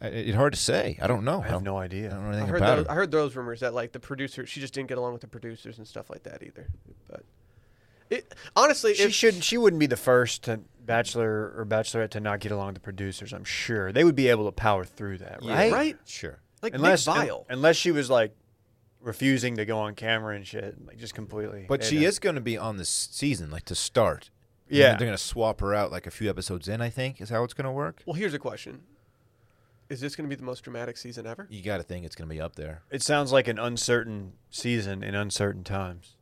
[SPEAKER 3] I- it's hard to say. I don't know.
[SPEAKER 2] I have
[SPEAKER 3] don't-
[SPEAKER 2] no
[SPEAKER 3] I don't
[SPEAKER 2] idea.
[SPEAKER 3] know
[SPEAKER 1] I
[SPEAKER 3] anything
[SPEAKER 1] heard,
[SPEAKER 3] about
[SPEAKER 1] those,
[SPEAKER 3] her.
[SPEAKER 1] I heard those rumors that like the producer, she just didn't get along with the producers and stuff like that either. But it, honestly,
[SPEAKER 2] She
[SPEAKER 1] if,
[SPEAKER 2] should. She wouldn't be the first to Bachelor or Bachelorette to not get along with the producers. I'm sure they would be able to power through that,
[SPEAKER 3] Yeah.
[SPEAKER 2] right?
[SPEAKER 1] right?
[SPEAKER 3] Sure.
[SPEAKER 1] Like
[SPEAKER 2] Unless
[SPEAKER 1] Nick Vile.
[SPEAKER 2] un- unless she was like refusing to go on camera and shit, like just completely.
[SPEAKER 3] But
[SPEAKER 2] Hey,
[SPEAKER 3] she
[SPEAKER 2] Dan.
[SPEAKER 3] is going to be on this season, like to start. And
[SPEAKER 2] Yeah.
[SPEAKER 3] then they're going to swap her out like a few episodes in. I think is how it's going to work.
[SPEAKER 1] Well, here's a question: Is this going to be the most dramatic season ever?
[SPEAKER 3] You got to think it's going to be up there.
[SPEAKER 2] It sounds like an uncertain season in uncertain times.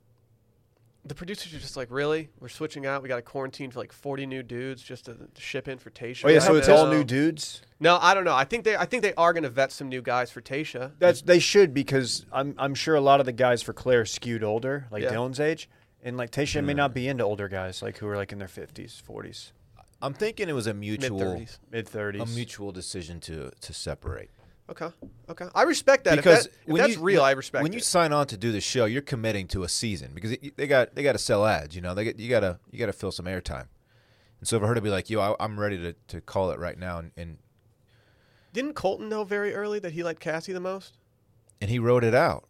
[SPEAKER 1] The producers are just like, really? We're switching out. We got to quarantine for like 40 new dudes just to ship in for Tasha.
[SPEAKER 2] Oh yeah, so
[SPEAKER 1] right
[SPEAKER 2] it's
[SPEAKER 1] now.
[SPEAKER 2] all new dudes.
[SPEAKER 1] No, I don't know. I think they I think they are going to vet some new guys for Tasha.
[SPEAKER 2] That's they should because I'm I'm sure a lot of the guys for Claire skewed older, like
[SPEAKER 1] Yeah.
[SPEAKER 2] Dylan's age, and like Tasha may not be into older guys like who are like in their fifties, forties,
[SPEAKER 3] I'm thinking it was a
[SPEAKER 1] Mid
[SPEAKER 3] mutual,
[SPEAKER 1] 30s.
[SPEAKER 2] mid
[SPEAKER 3] a
[SPEAKER 2] thirties.
[SPEAKER 3] mutual decision to to separate.
[SPEAKER 1] Okay. Okay. I respect that.
[SPEAKER 3] because
[SPEAKER 1] if that- if
[SPEAKER 3] when
[SPEAKER 1] that's
[SPEAKER 3] you-
[SPEAKER 1] real, I respect
[SPEAKER 3] When
[SPEAKER 1] it.
[SPEAKER 3] you sign on to do the show, you're committing to a season because it, they got they got to sell ads. You know, they get you gotta you gotta fill some airtime. And so for her to be like, "Yo, I, I'm ready to, to call it right now," and, and
[SPEAKER 1] Didn't Colton know very early that he liked Cassie the most?
[SPEAKER 3] and he wrote it out.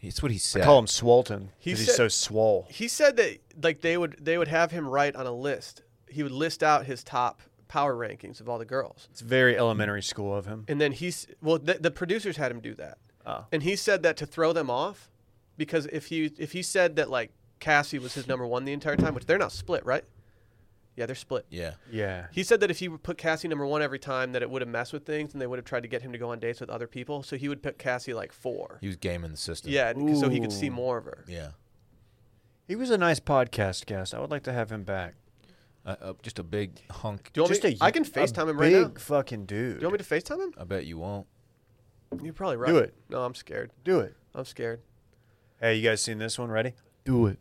[SPEAKER 3] It's what
[SPEAKER 2] I
[SPEAKER 3] he said.
[SPEAKER 2] call him Swolton
[SPEAKER 1] He
[SPEAKER 2] because he's
[SPEAKER 1] said-
[SPEAKER 2] so swole.
[SPEAKER 1] He said that like they would they would have him write on a list. He would list out his top power rankings of all the girls.
[SPEAKER 2] It's very elementary school of him.
[SPEAKER 1] And then he's well the, the producers had him do that.
[SPEAKER 2] Oh.
[SPEAKER 1] And he said that to throw them off because if he if he said that like Cassie was his number 1 the entire time, which they're not split, right? Yeah, they're split.
[SPEAKER 3] Yeah,
[SPEAKER 2] Yeah.
[SPEAKER 1] He said that if he would put Cassie number one every time, that it would have messed with things, and they would have tried to get him to go on dates with other people. So he would pick Cassie like four.
[SPEAKER 3] he was gaming the system.
[SPEAKER 1] Yeah, and- so he could see
[SPEAKER 2] Ooh.
[SPEAKER 1] more of her.
[SPEAKER 3] yeah.
[SPEAKER 2] He was a nice podcast guest. I would like to have him back.
[SPEAKER 3] Uh, uh, just a big hunk.
[SPEAKER 1] Do you want
[SPEAKER 2] Just
[SPEAKER 1] me?
[SPEAKER 2] a
[SPEAKER 1] I can
[SPEAKER 2] hu- a
[SPEAKER 1] Facetime him right now.
[SPEAKER 2] Big fucking dude.
[SPEAKER 1] Do you want me to Facetime him?
[SPEAKER 3] I bet you won't.
[SPEAKER 1] You're probably right.
[SPEAKER 2] it.
[SPEAKER 1] No, I'm scared.
[SPEAKER 2] do it?
[SPEAKER 1] I'm scared.
[SPEAKER 2] Hey, you guys seen this one? Ready?
[SPEAKER 3] Do it.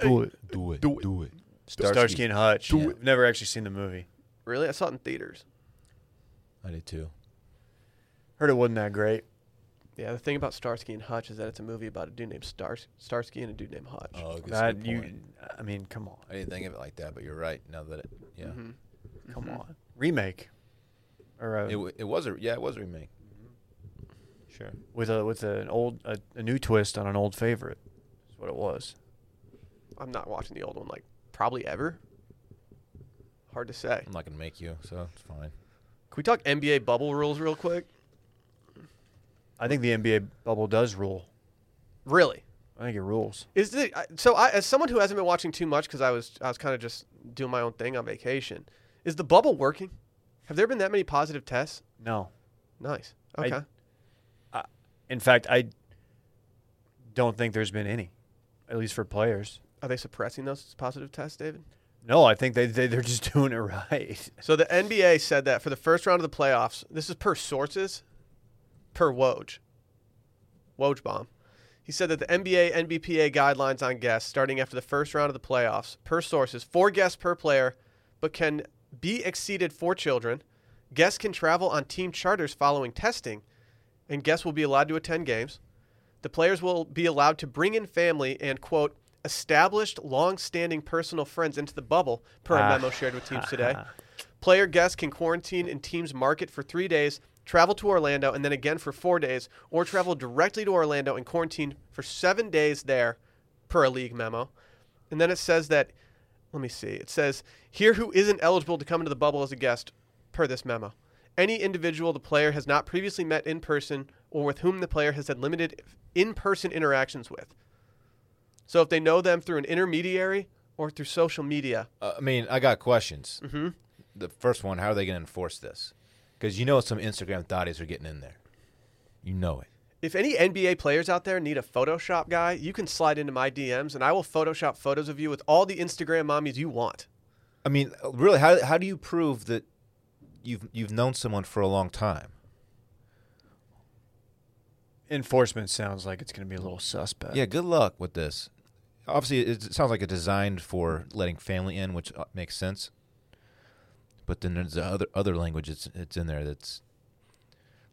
[SPEAKER 3] Do it. Do it. Do it. Do it.
[SPEAKER 2] Starsky, and Hutch.
[SPEAKER 3] Do
[SPEAKER 2] Yeah.
[SPEAKER 3] it.
[SPEAKER 2] Never actually seen the movie.
[SPEAKER 1] Really? I saw it in theaters.
[SPEAKER 3] I did too.
[SPEAKER 2] Heard it wasn't that great.
[SPEAKER 1] Yeah, the thing about Starsky and Hutch is that it's a movie about a dude named Stars- Starsky and a dude named Hutch.
[SPEAKER 3] Oh, good
[SPEAKER 2] That
[SPEAKER 3] good
[SPEAKER 2] you,
[SPEAKER 3] point.
[SPEAKER 2] I mean, come on,
[SPEAKER 3] I didn't think of it like that, but you're right. Now that it, yeah,
[SPEAKER 1] Mm-hmm.
[SPEAKER 2] come on, remake, or a,
[SPEAKER 3] Mm-hmm. it, wa- it was a yeah, it was a remake.
[SPEAKER 2] sure with a with an old a, a new twist on an old favorite. Is what it was.
[SPEAKER 1] I'm not watching the old one like probably ever. Hard to say.
[SPEAKER 3] I'm
[SPEAKER 1] Can
[SPEAKER 3] not gonna make you, so it's fine.
[SPEAKER 1] we talk NBA bubble rules real quick?
[SPEAKER 2] I think the NBA bubble does rule.
[SPEAKER 1] Really?
[SPEAKER 2] I think it rules.
[SPEAKER 1] Is the I- so I as someone who hasn't been watching too much because I was I was kind of just doing my own thing on vacation. Is the bubble working? Have there been that many positive tests?
[SPEAKER 2] No,
[SPEAKER 1] Nice.
[SPEAKER 2] I-
[SPEAKER 1] Okay.
[SPEAKER 2] in fact, I don't think there's been any, at least for players.
[SPEAKER 1] Are they suppressing those positive tests, David?
[SPEAKER 2] No, I think they, they they're just doing it right.
[SPEAKER 1] So the NBA said that for the first round of the playoffs, this is per sources, per Woj. Woj bomb. He said that the NBA NBPA guidelines on guests starting after the first round of the playoffs, per sources, four guests per player, but can be exceeded for children. Guests can travel on team charters following testing, and guests will be allowed to attend games. The players will be allowed to bring in family and, quote, established long standing personal friends into the bubble, per a
[SPEAKER 2] Ah.
[SPEAKER 1] memo shared with teams today. Player guests can quarantine in team's market for three days, travel to Orlando, and then again for four days, or travel directly to Orlando and quarantine for seven days there, per a league memo. And then it says that, let me see, it says here who isn't eligible to come into the bubble as a guest, per this memo. Any individual the player has not previously met in person or with whom the player has had limited in person interactions with. So if they know them through an intermediary or through social media,
[SPEAKER 3] Uh, I mean, I got questions. Mm-hmm. The first one: How are they gonna enforce this? Because you know some Instagram thotties are getting in there. You know it.
[SPEAKER 1] If any NBA players out there need a Photoshop guy, you can slide into my DMs and I will Photoshop photos of you with all the Instagram mommies you want.
[SPEAKER 3] I mean, uh, really, how how do you prove that you've you've known someone for a long time?
[SPEAKER 2] Enforcement sounds like it's going to be a little suspect.
[SPEAKER 3] Yeah, good luck with this. Obviously, it it sounds like it's designed for letting family in, which uh, makes sense. But then there's the other other language it's it's in there that's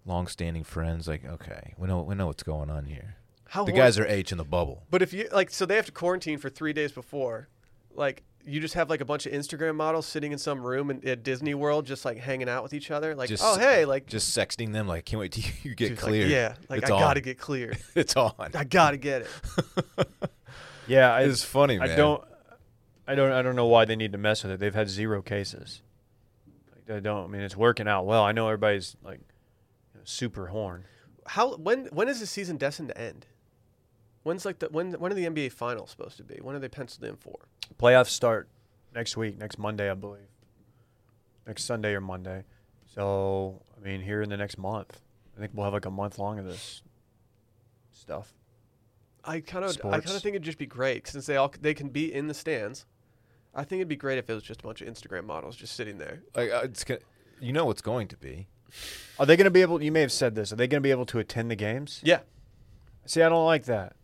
[SPEAKER 3] long-standing friends. Like, okay, we know we know what's going on here.
[SPEAKER 1] How
[SPEAKER 3] the
[SPEAKER 1] hor-
[SPEAKER 3] guys are H in the bubble.
[SPEAKER 1] But if you like so they have to quarantine for 3 days before. Like you just have like a bunch of Instagram models sitting in some room in, at Disney World just like hanging out with each other like
[SPEAKER 3] Just-
[SPEAKER 1] oh hey like
[SPEAKER 3] Just sexting them. Like, can't wait till you get
[SPEAKER 1] dude's like,
[SPEAKER 3] cleared.
[SPEAKER 1] yeah, like
[SPEAKER 3] It's
[SPEAKER 1] I
[SPEAKER 3] on.
[SPEAKER 1] got to get cleared.
[SPEAKER 3] It's on.
[SPEAKER 1] I got to get it.
[SPEAKER 2] yeah. I,
[SPEAKER 3] It's funny, man.
[SPEAKER 2] I don't, I don't, I don't know why they need to mess with it. They've had zero cases. Like, I don't. I mean, it's working out well. I know everybody's like you know, super horn.
[SPEAKER 1] How when when is the season destined to end? When's like the when when are the NBA finals supposed to be? When are they penciled in for?
[SPEAKER 2] Playoffs start next week, next Monday, I believe. Next Sunday or Monday. So, I mean, here in the next month, I think we'll have like a month long of this stuff.
[SPEAKER 1] I kind of I
[SPEAKER 2] Sports.
[SPEAKER 1] kind of think it'd just be great since they all c- they can be in the stands. I think it'd be great if it was just a bunch of Instagram models just sitting there.
[SPEAKER 3] Like uh, it's gonna, you know what's going to be.
[SPEAKER 2] Are they going to be able? You may have said this. Are they going to be able to attend the games?
[SPEAKER 1] Yeah,
[SPEAKER 2] See, I don't like that.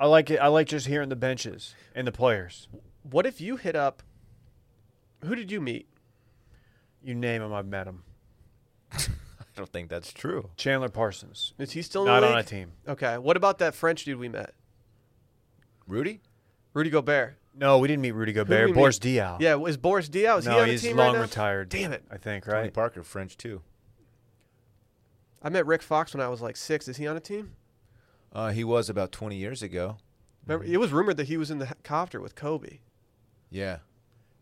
[SPEAKER 2] I like it. I like just hearing the benches and the players.
[SPEAKER 1] What if you hit up? Who did you meet?
[SPEAKER 2] You name them, I've met them.
[SPEAKER 3] I don't think that's true.
[SPEAKER 2] Chandler Parsons,
[SPEAKER 1] Is he still in
[SPEAKER 2] not
[SPEAKER 1] the
[SPEAKER 2] on
[SPEAKER 1] league?
[SPEAKER 2] a team.
[SPEAKER 1] Okay. What about that French dude we met,
[SPEAKER 3] Rudy?
[SPEAKER 1] Rudy Gobert?
[SPEAKER 2] No, we didn't meet Rudy
[SPEAKER 1] did
[SPEAKER 2] Gobert.
[SPEAKER 1] we
[SPEAKER 2] Boris Diaw.
[SPEAKER 1] Yeah, was Boris Diaw? Is he
[SPEAKER 2] Oh. no,
[SPEAKER 1] on
[SPEAKER 2] he's
[SPEAKER 1] a team
[SPEAKER 2] long
[SPEAKER 1] right now?
[SPEAKER 2] retired.
[SPEAKER 1] Damn it!
[SPEAKER 2] I think
[SPEAKER 3] Tony
[SPEAKER 2] right.
[SPEAKER 3] Parker, French too.
[SPEAKER 1] I met Rick Fox when I was like six. Is he on a team?
[SPEAKER 3] Uh, he was about 20 years ago.
[SPEAKER 1] Remember,
[SPEAKER 2] Mm-hmm.
[SPEAKER 1] it was rumored that he was in the copter with Kobe.
[SPEAKER 3] Yeah.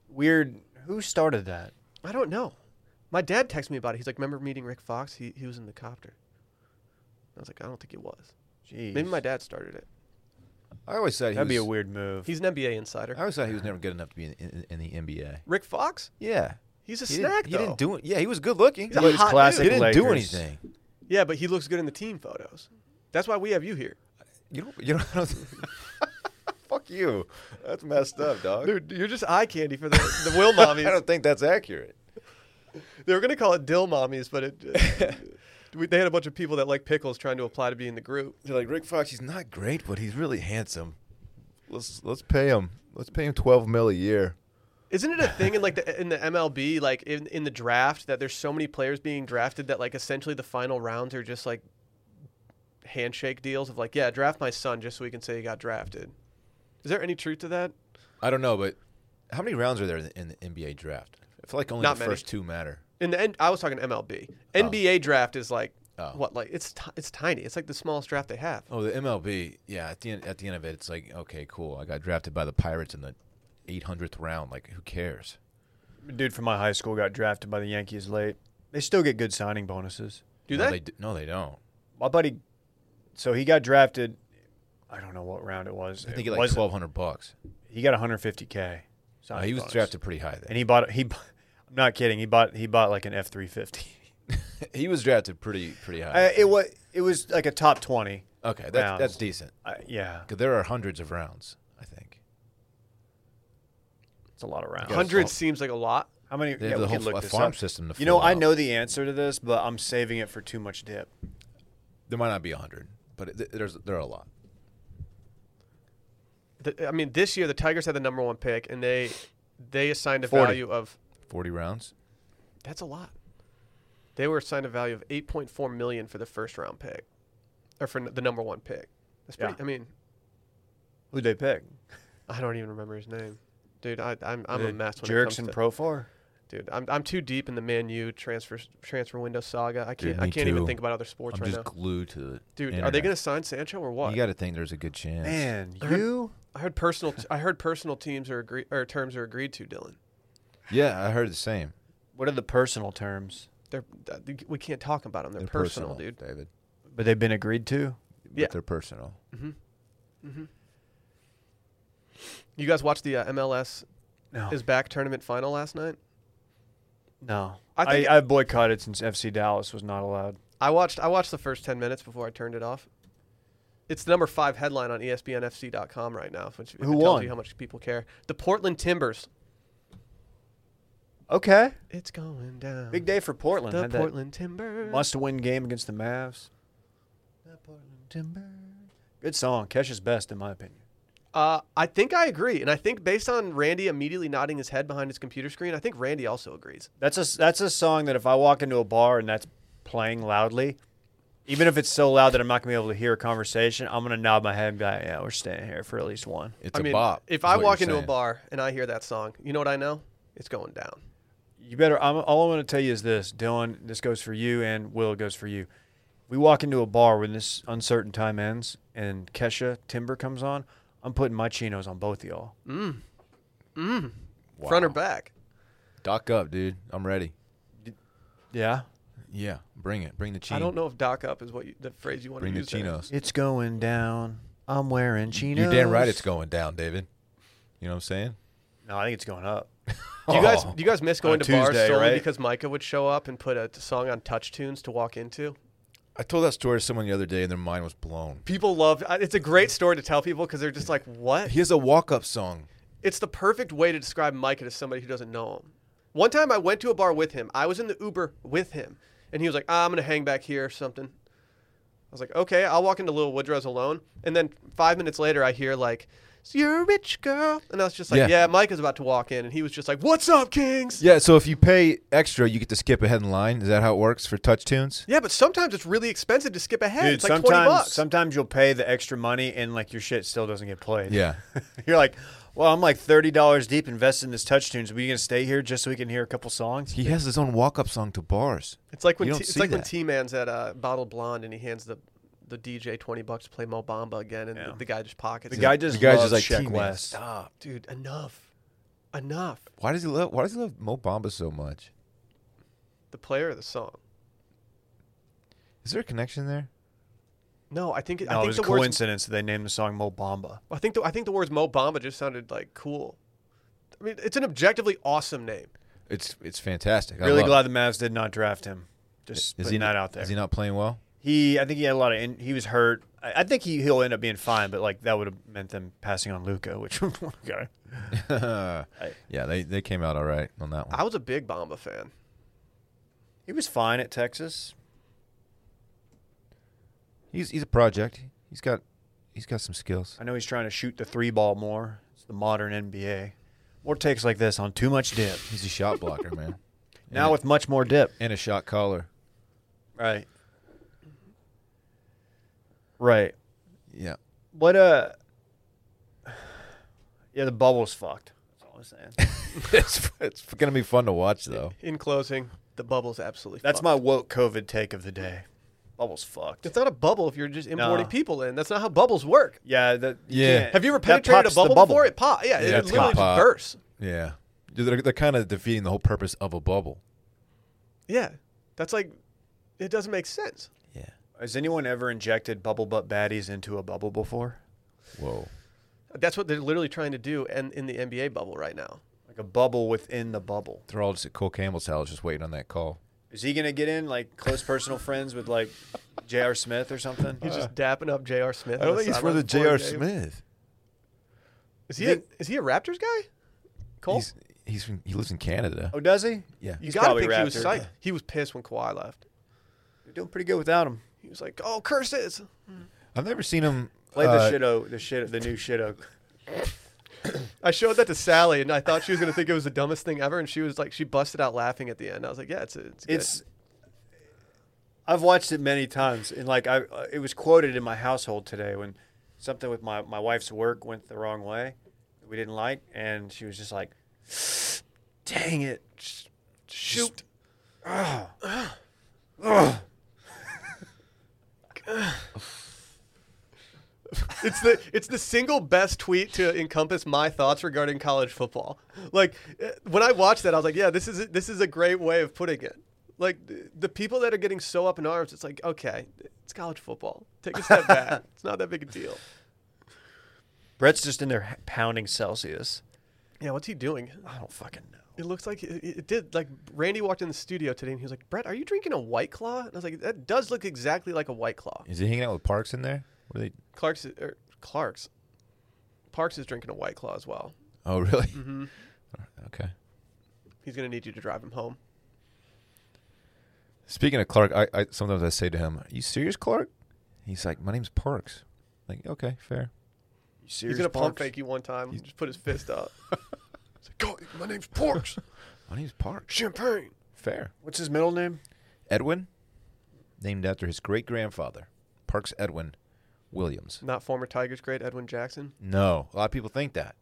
[SPEAKER 2] Weird. Who started that?
[SPEAKER 1] I don't know. My dad texted me about it. He's like, "Remember meeting Rick Fox? He he was in the copter." I was like, "I don't think it was.
[SPEAKER 2] Jeez.
[SPEAKER 1] Maybe my dad started it."
[SPEAKER 3] I always said he
[SPEAKER 2] That'd be a
[SPEAKER 3] was-
[SPEAKER 2] weird move.
[SPEAKER 1] He's an NBA insider.
[SPEAKER 3] I always thought he was never good enough to be in, in, in the NBA.
[SPEAKER 1] Rick Fox?
[SPEAKER 3] Yeah.
[SPEAKER 1] He's a
[SPEAKER 3] He
[SPEAKER 1] snack
[SPEAKER 3] didn't, he didn't
[SPEAKER 1] though.
[SPEAKER 3] do it. Yeah, he was good looking.
[SPEAKER 1] He's a
[SPEAKER 3] He was-
[SPEAKER 1] hot dude.
[SPEAKER 2] classic
[SPEAKER 3] he didn't do
[SPEAKER 2] Lakers.
[SPEAKER 3] anything.
[SPEAKER 1] yeah, but he looks good in the team photos. That's why we have you here.
[SPEAKER 3] You don't. You don't. I don't fuck you. That's messed up, dog.
[SPEAKER 1] Dude, you're just eye candy for the, the Will mommies.
[SPEAKER 3] I don't think that's accurate.
[SPEAKER 1] They were gonna call it Dill mommies, but it, we, they had a bunch of people that like pickles trying to apply to be in the group.
[SPEAKER 3] They're like Rick Fox. He's not great, but he's really handsome. Let's let's pay him. Let's pay him twelve mil a year.
[SPEAKER 1] Isn't it a thing in like the in the MLB, like in, in the draft, that there's so many players being drafted that like essentially the final rounds are just like handshake deals of like, yeah, draft my son just so we can say he got drafted. Is there any truth to that?
[SPEAKER 3] I don't know, but how many rounds are there in the, in the NBA draft? I feel like only
[SPEAKER 1] Not
[SPEAKER 3] the
[SPEAKER 1] many.
[SPEAKER 3] first two matter.
[SPEAKER 1] In the end, I was talking MLB. NBA draft is like
[SPEAKER 3] Oh.
[SPEAKER 1] what? Like it's ti it's tiny. It's like the smallest draft they have.
[SPEAKER 3] Oh, the MLB. Yeah, at the end at the end of it, it's like okay, cool. I got drafted by the Pirates in the 800th round. Like, who cares?
[SPEAKER 2] A dude from my high school got drafted by the Yankees late. They still get good signing bonuses.
[SPEAKER 1] Do
[SPEAKER 3] no,
[SPEAKER 1] they?
[SPEAKER 3] d- no, they don't.
[SPEAKER 2] My buddy, so he got drafted. I don't know what round it was.
[SPEAKER 3] I
[SPEAKER 2] It
[SPEAKER 3] think he like
[SPEAKER 2] wasn't-
[SPEAKER 3] 1200 bucks.
[SPEAKER 2] He got 150k.
[SPEAKER 3] Uh,
[SPEAKER 1] Oh,
[SPEAKER 2] signing
[SPEAKER 3] he was
[SPEAKER 2] bonus.
[SPEAKER 3] drafted pretty high.
[SPEAKER 2] and
[SPEAKER 3] Then.
[SPEAKER 2] he bought. He, bu- I'm not kidding. He bought. He bought like an F350.
[SPEAKER 3] he was drafted pretty pretty high.
[SPEAKER 2] Uh, it was. It was like a top 20.
[SPEAKER 3] okay, that's
[SPEAKER 2] rounds.
[SPEAKER 3] that's decent.
[SPEAKER 2] Uh, yeah,
[SPEAKER 3] 'Cause there are hundreds of rounds. I think
[SPEAKER 2] it's a lot of rounds.
[SPEAKER 3] Yeah,
[SPEAKER 1] Hundred
[SPEAKER 3] so-
[SPEAKER 1] seems like a lot.
[SPEAKER 2] How many?
[SPEAKER 3] they
[SPEAKER 2] yeah,
[SPEAKER 3] have
[SPEAKER 2] we
[SPEAKER 3] the
[SPEAKER 2] could
[SPEAKER 3] whole
[SPEAKER 2] look
[SPEAKER 3] f- a
[SPEAKER 2] this
[SPEAKER 3] farm
[SPEAKER 2] up.
[SPEAKER 3] system. To
[SPEAKER 2] You know,
[SPEAKER 3] fill
[SPEAKER 2] I
[SPEAKER 3] out.
[SPEAKER 2] know the answer to this, but I'm saving it for too much dip.
[SPEAKER 3] there might not be hundred, but it, th- there's there are a lot.
[SPEAKER 1] The, I mean, this year the Tigers had the number one pick, and they they assigned a
[SPEAKER 2] 40.
[SPEAKER 1] value of
[SPEAKER 3] Forty rounds.
[SPEAKER 1] that's a lot. They were assigned a value of eight point four million for the first round pick, or for n- the number one pick. That's pretty.
[SPEAKER 2] Yeah.
[SPEAKER 1] I mean,
[SPEAKER 2] Who'd they pick?
[SPEAKER 1] I don't even remember his name, dude. I, I'm I'm
[SPEAKER 2] The
[SPEAKER 1] a mess when
[SPEAKER 2] Jerks
[SPEAKER 1] it comes
[SPEAKER 2] and
[SPEAKER 1] to
[SPEAKER 2] Profar.
[SPEAKER 1] dude. I'm I'm too deep in the Man U transfer transfer window saga. I
[SPEAKER 3] Dude,
[SPEAKER 1] can't I
[SPEAKER 3] me
[SPEAKER 1] can't even
[SPEAKER 3] too.
[SPEAKER 1] think about other sports
[SPEAKER 3] I'm
[SPEAKER 1] right
[SPEAKER 3] just
[SPEAKER 1] now.
[SPEAKER 3] glued to the.
[SPEAKER 1] Dude, are they
[SPEAKER 3] internet.
[SPEAKER 1] gonna sign Sancho or what?
[SPEAKER 3] You got to think there's a good chance.
[SPEAKER 2] Man,
[SPEAKER 1] I heard-
[SPEAKER 2] you.
[SPEAKER 1] I heard personal. I heard personal teams are agree or terms are agreed to. Dylan,
[SPEAKER 3] Yeah, I heard the same.
[SPEAKER 2] What are the personal terms?
[SPEAKER 1] they're th- we can't talk about them. They're,
[SPEAKER 3] They're
[SPEAKER 1] personal, dude.
[SPEAKER 3] David.
[SPEAKER 2] But they've been agreed to.
[SPEAKER 3] But
[SPEAKER 1] Yeah.
[SPEAKER 3] they're personal.
[SPEAKER 1] Mm-hmm. You guys watched the uh, MLS
[SPEAKER 2] No.
[SPEAKER 1] is back tournament final last night?
[SPEAKER 2] no.
[SPEAKER 1] I
[SPEAKER 2] I,
[SPEAKER 1] think-
[SPEAKER 2] I boycotted since FC Dallas was not allowed.
[SPEAKER 1] I watched I watched the first 10 minutes before I turned it off. It's the number 5 headline on E espnfc.com right now, which
[SPEAKER 2] Who
[SPEAKER 1] it tells
[SPEAKER 2] won?
[SPEAKER 1] you how much people care. The Portland Timbers.
[SPEAKER 2] Okay.
[SPEAKER 1] It's going down.
[SPEAKER 2] Big day for Portland.
[SPEAKER 1] The
[SPEAKER 2] Had that
[SPEAKER 1] Portland Timbers.
[SPEAKER 2] Must-win game against the Mavs. The Portland Timber. Good song. Kesha's best, in my opinion.
[SPEAKER 1] Uh, I think I agree, and I think based on Randy immediately nodding his head behind his computer screen, I think Randy also agrees.
[SPEAKER 2] That's a that's a song that if I walk into a bar and that's playing loudly, even if it's so loud that I'm not gonna be able to hear a conversation, I'm gonna nod my head and be like, "Yeah, we're staying here for at least one."
[SPEAKER 3] It's
[SPEAKER 1] I
[SPEAKER 3] a
[SPEAKER 1] mean,
[SPEAKER 3] bop.
[SPEAKER 1] if
[SPEAKER 3] is
[SPEAKER 1] I
[SPEAKER 3] what you're
[SPEAKER 1] walk into a
[SPEAKER 3] saying.
[SPEAKER 1] bar and I hear that song, you know what I know? It's going down.
[SPEAKER 2] You better. I'm, all I want to tell you is this, Dylan. This goes for you, and Will it goes for you. We walk into a bar when this uncertain time ends, and Kesha Timber comes on. I'm putting my chinos on both of y'all.
[SPEAKER 1] Front or
[SPEAKER 3] Mm. Wow.
[SPEAKER 1] back.
[SPEAKER 3] Dock up, dude. I'm ready.
[SPEAKER 2] Yeah,
[SPEAKER 3] Yeah, bring it. Bring the chino.
[SPEAKER 1] I don't know if dock up is what you, the phrase you want
[SPEAKER 3] Bring
[SPEAKER 1] to
[SPEAKER 3] the
[SPEAKER 1] use. there.
[SPEAKER 3] chinos.
[SPEAKER 2] it's going down. I'm wearing chinos.
[SPEAKER 3] You're damn right it's going down, David. You know what I'm saying?
[SPEAKER 2] No, I think it's going up.
[SPEAKER 1] Do you guys
[SPEAKER 3] Oh.
[SPEAKER 1] do you guys miss going
[SPEAKER 2] a
[SPEAKER 1] to bars
[SPEAKER 2] Tuesday,
[SPEAKER 1] solely
[SPEAKER 2] right?
[SPEAKER 1] because Micah would show up and put a song on touch tunes to walk into?
[SPEAKER 3] I told that story to someone the other day and their mind was blown.
[SPEAKER 1] People love I- it's a great story to tell people because they're just like, "What?"
[SPEAKER 3] He has a walk up song.
[SPEAKER 1] It's the perfect way to describe Micah to somebody who doesn't know him. One time I went to a bar with him. I was in the Uber with him, and he was like, ah, "I'm going to hang back here or something." I was like, "Okay, I'll walk into Little Woodrow's alone." And then 5 minutes later I hear like, so "You're a rich girl." And I was just like,
[SPEAKER 3] Yeah.
[SPEAKER 1] "Yeah, Micah's about to walk in." And he was just like, "What's up, Kings?"
[SPEAKER 3] Yeah, so if you pay extra, you get to skip ahead in line. Is that how it works for touch tunes?
[SPEAKER 1] Yeah, but sometimes it's really expensive to skip ahead.
[SPEAKER 2] Dude,
[SPEAKER 1] it's like 20
[SPEAKER 2] sometimes
[SPEAKER 1] bucks.
[SPEAKER 2] sometimes you'll pay the extra money and like your shit still doesn't get played.
[SPEAKER 3] Yeah.
[SPEAKER 2] You're like, well, I'm like thirty dollars deep invested in this touch tunes. But you gonna stay here just so we can hear a couple songs?
[SPEAKER 3] He has his own walk up song to bars.
[SPEAKER 1] It's like when t-
[SPEAKER 3] You don't
[SPEAKER 1] it's
[SPEAKER 3] see
[SPEAKER 1] like when
[SPEAKER 3] that.
[SPEAKER 1] T Man's at uh, Bottle Blonde and he hands the the DJ twenty bucks to play Mo Bamba again, and
[SPEAKER 2] Yeah.
[SPEAKER 1] the, the guy just pockets.
[SPEAKER 2] The
[SPEAKER 1] it.
[SPEAKER 2] guy just
[SPEAKER 3] the guy's
[SPEAKER 2] loves
[SPEAKER 3] just like,
[SPEAKER 2] Sheck
[SPEAKER 3] "T-Man,
[SPEAKER 2] West.
[SPEAKER 3] stop.
[SPEAKER 1] dude, enough, enough.
[SPEAKER 3] Why does he love why does he love Mo Bamba so much?
[SPEAKER 1] The player of the song.
[SPEAKER 3] Is there a connection there?
[SPEAKER 1] No, I think I
[SPEAKER 2] No,
[SPEAKER 1] think
[SPEAKER 2] Oh, it was a
[SPEAKER 1] the words
[SPEAKER 2] coincidence that they named the song Mo Bamba.
[SPEAKER 1] I think the, I think the words Mo Bamba just sounded like cool. I mean, it's an objectively awesome name.
[SPEAKER 3] It's it's fantastic. I
[SPEAKER 2] Really
[SPEAKER 3] love
[SPEAKER 2] glad the Mavs did not draft him. Just
[SPEAKER 3] it. Is
[SPEAKER 2] putting
[SPEAKER 3] he
[SPEAKER 2] that out there.
[SPEAKER 3] Is he not playing well?
[SPEAKER 2] He, I think he had a lot of. In, he was hurt. I, I think he he'll end up being fine, but like that would have meant them passing on Luca, which okay.
[SPEAKER 3] yeah, they, they came out all right on that one.
[SPEAKER 1] I was a big Bamba fan.
[SPEAKER 2] he was fine at Texas.
[SPEAKER 3] He's he's a project. He's got he's got some skills.
[SPEAKER 2] I know he's trying to shoot the three ball more. It's the modern NBA. More takes like this on too much dip.
[SPEAKER 3] He's a shot blocker, man,
[SPEAKER 2] Now with much more dip.
[SPEAKER 3] and a shot caller.
[SPEAKER 2] Right. Right.
[SPEAKER 3] Yeah.
[SPEAKER 2] What uh Yeah, the bubble's fucked. That's all I'm saying.
[SPEAKER 3] it's it's gonna be fun to watch though.
[SPEAKER 1] In closing, the bubble's absolutely.
[SPEAKER 2] That's
[SPEAKER 1] fucked.
[SPEAKER 2] my woke COVID take of the day. Bubble's fucked.
[SPEAKER 1] It's not a bubble if you're just importing
[SPEAKER 2] No.
[SPEAKER 1] people in. That's not how bubbles work.
[SPEAKER 2] Yeah, that you
[SPEAKER 3] Yeah.
[SPEAKER 2] can't-
[SPEAKER 1] Have you ever
[SPEAKER 2] that
[SPEAKER 1] penetrated a
[SPEAKER 2] pops the
[SPEAKER 1] bubble, before? It pop. Yeah, it
[SPEAKER 3] it's
[SPEAKER 1] literally
[SPEAKER 3] gotta
[SPEAKER 1] just
[SPEAKER 3] pop.
[SPEAKER 1] bursts.
[SPEAKER 3] Yeah, they're they're kind of defeating the whole purpose of a bubble.
[SPEAKER 1] Yeah, that's like, it doesn't make sense.
[SPEAKER 3] Yeah.
[SPEAKER 2] Has anyone ever injected bubble butt baddies into a bubble before?
[SPEAKER 3] Whoa.
[SPEAKER 1] That's what they're literally trying to do, and in the NBA bubble right now.
[SPEAKER 2] Like a bubble within the bubble.
[SPEAKER 3] They're all just at Cole Campbell's house, just waiting on that call.
[SPEAKER 2] Is he gonna get in like close personal friends with like J.R. Smith or something?
[SPEAKER 1] He's just dapping up J.R. Smith. on sideline before a game.
[SPEAKER 3] Smith.
[SPEAKER 1] Is he? A, is he a Raptors guy? Cole.
[SPEAKER 3] He's he's from, he lives in Canada.
[SPEAKER 2] oh, does he?
[SPEAKER 3] Yeah.
[SPEAKER 1] you
[SPEAKER 2] he's
[SPEAKER 1] gotta
[SPEAKER 2] probably
[SPEAKER 1] think he was
[SPEAKER 2] Raptor.
[SPEAKER 1] psyched. He was pissed when Kawhi left.
[SPEAKER 2] They're doing pretty good without him.
[SPEAKER 1] He was like, "Oh, curses!"
[SPEAKER 3] I've never seen him
[SPEAKER 2] Play the
[SPEAKER 3] uh,
[SPEAKER 2] shit o the shit the new shit oak.
[SPEAKER 1] I showed that to Sally, and I thought she was gonna think it was the dumbest thing ever, and she was like, she busted out laughing at the end. I was like, "Yeah, it's it's good.
[SPEAKER 2] It's I've watched it many times, and like I, uh, it was quoted in my household today when something with my my wife's work went the wrong way, that we didn't like, and she was just like, "Dang it, just-
[SPEAKER 1] shoot." It's the it's the single best tweet to encompass my thoughts regarding college football. Like eh, when I watched that, I was like, yeah, this is a, this is a great way of putting it. Like th- the people that are getting so up in arms, it's like, okay, it's college football. Take a step back. It's not that big a deal.
[SPEAKER 2] Brett's just in there h- pounding Celsius."
[SPEAKER 1] Yeah, what's he doing?
[SPEAKER 2] I don't fucking know.
[SPEAKER 1] It looks like it, it did. Like Randy walked in the studio today, and he was like, "Brett, are you drinking a White Claw?" And I was like, "That does look exactly like a White Claw."
[SPEAKER 3] Is he hanging out with Parks in there? What are they?
[SPEAKER 1] Clark's or Clark's Parks is drinking a White Claw as well.
[SPEAKER 3] Oh, really?
[SPEAKER 2] Mm-hmm.
[SPEAKER 3] Okay.
[SPEAKER 1] He's gonna need you to drive him home.
[SPEAKER 3] Speaking of Clark, I, I sometimes I say to him, "Are you serious, Clark?" He's like, "My name's Parks." like, okay, fair.
[SPEAKER 2] You serious?
[SPEAKER 1] He's gonna pump
[SPEAKER 2] Parks?
[SPEAKER 1] fake you one time.
[SPEAKER 3] He's-
[SPEAKER 1] Just put his fist up. He's like, "Go- my name's Porks.
[SPEAKER 3] My name's Parks.
[SPEAKER 1] Champagne.
[SPEAKER 3] Fair.
[SPEAKER 2] What's his middle name?
[SPEAKER 3] Edwin, named after his great grandfather, Parks Edwin Williams.
[SPEAKER 1] Not former Tigers great Edwin Jackson.
[SPEAKER 3] No, a lot of people think that,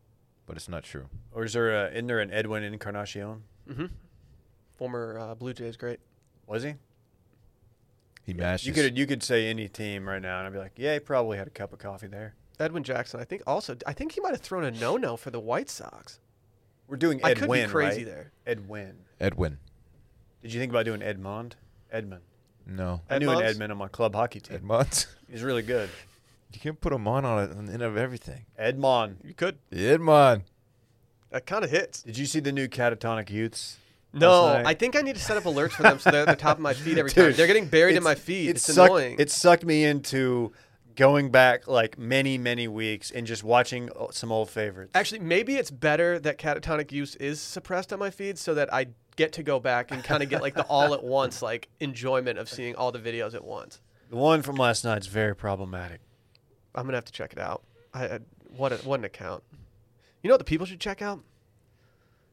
[SPEAKER 3] but it's not true.
[SPEAKER 2] Or is there a, in there an Edwin Encarnacion?
[SPEAKER 1] Mm-hmm. Former uh, Blue Jays great.
[SPEAKER 2] Was he?
[SPEAKER 3] He mashed.
[SPEAKER 2] You
[SPEAKER 3] his-
[SPEAKER 2] could you could say any team right now, and I'd be like, yeah, he probably had a cup of coffee there.
[SPEAKER 1] Edwin Jackson, I think also. I think he might have thrown a no-no for the White Sox.
[SPEAKER 2] We're doing
[SPEAKER 1] I
[SPEAKER 2] Edwin,
[SPEAKER 1] could be crazy
[SPEAKER 2] right?
[SPEAKER 1] there.
[SPEAKER 2] Edwin.
[SPEAKER 3] Edwin.
[SPEAKER 2] Did you think about doing Edmond? Edmond.
[SPEAKER 3] No.
[SPEAKER 2] I knew an
[SPEAKER 1] Edmonds?
[SPEAKER 2] Edmond on my club hockey team.
[SPEAKER 3] Edmonds.
[SPEAKER 2] He's really good.
[SPEAKER 3] You can put Amon on it on the end of everything.
[SPEAKER 2] Edmon.
[SPEAKER 1] You could.
[SPEAKER 3] Edmon.
[SPEAKER 1] That kind of hits.
[SPEAKER 2] Did you see the new Catatonic Youths?
[SPEAKER 1] No,
[SPEAKER 2] last night?
[SPEAKER 1] I think I need to set up alerts for them so they're at the top of my feed every time.
[SPEAKER 2] Dude,
[SPEAKER 1] They're getting buried in
[SPEAKER 2] it's-
[SPEAKER 1] my feed.
[SPEAKER 2] It
[SPEAKER 1] It's
[SPEAKER 2] sucked,
[SPEAKER 1] annoying.
[SPEAKER 2] It sucked me into going back like many, many weeks and just watching o- some old favorites.
[SPEAKER 1] Actually, maybe it's better that catatonic use is suppressed on my feed so that I get to go back and kind of get like the all at once like enjoyment of seeing all the videos at once.
[SPEAKER 2] the one from last night's very problematic.
[SPEAKER 1] I'm gonna have to check it out. I, I what a, what an account. You know what the people should check out?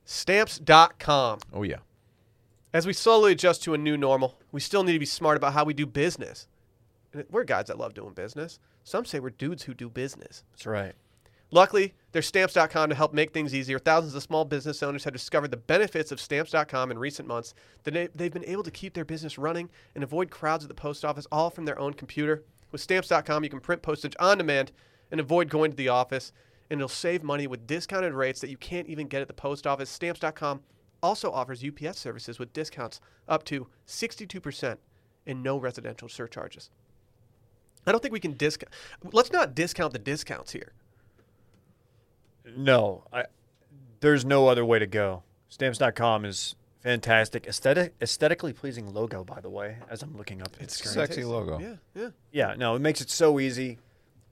[SPEAKER 1] Stamps.com.
[SPEAKER 3] Oh yeah.
[SPEAKER 1] As we slowly adjust to a new normal, we still need to be smart about how we do business. And it- we're guys that love doing business. Some say we're dudes who do business.
[SPEAKER 2] That's right.
[SPEAKER 1] Luckily, there's stamps.com to help make things easier. Thousands of small business owners have discovered the benefits of stamps.com in recent months. That they- They've been able to keep their business running and avoid crowds at the post office all from their own computer. With stamps.com, you can print postage on demand and avoid going to the office, and it'll save money with discounted rates that you can't even get at the post office. Stamps.com also offers UPS services with discounts up to 62% and no residential surcharges. I don't think we can discount. Let's not discount the discounts here.
[SPEAKER 2] No, I, there's no other way to go. Stamps.com is fantastic. Aesthetic, aesthetically pleasing logo, by the way, as I'm looking up at the screen.
[SPEAKER 3] great. sexy logo.
[SPEAKER 1] Yeah, yeah.
[SPEAKER 2] Yeah, no, it makes it so easy.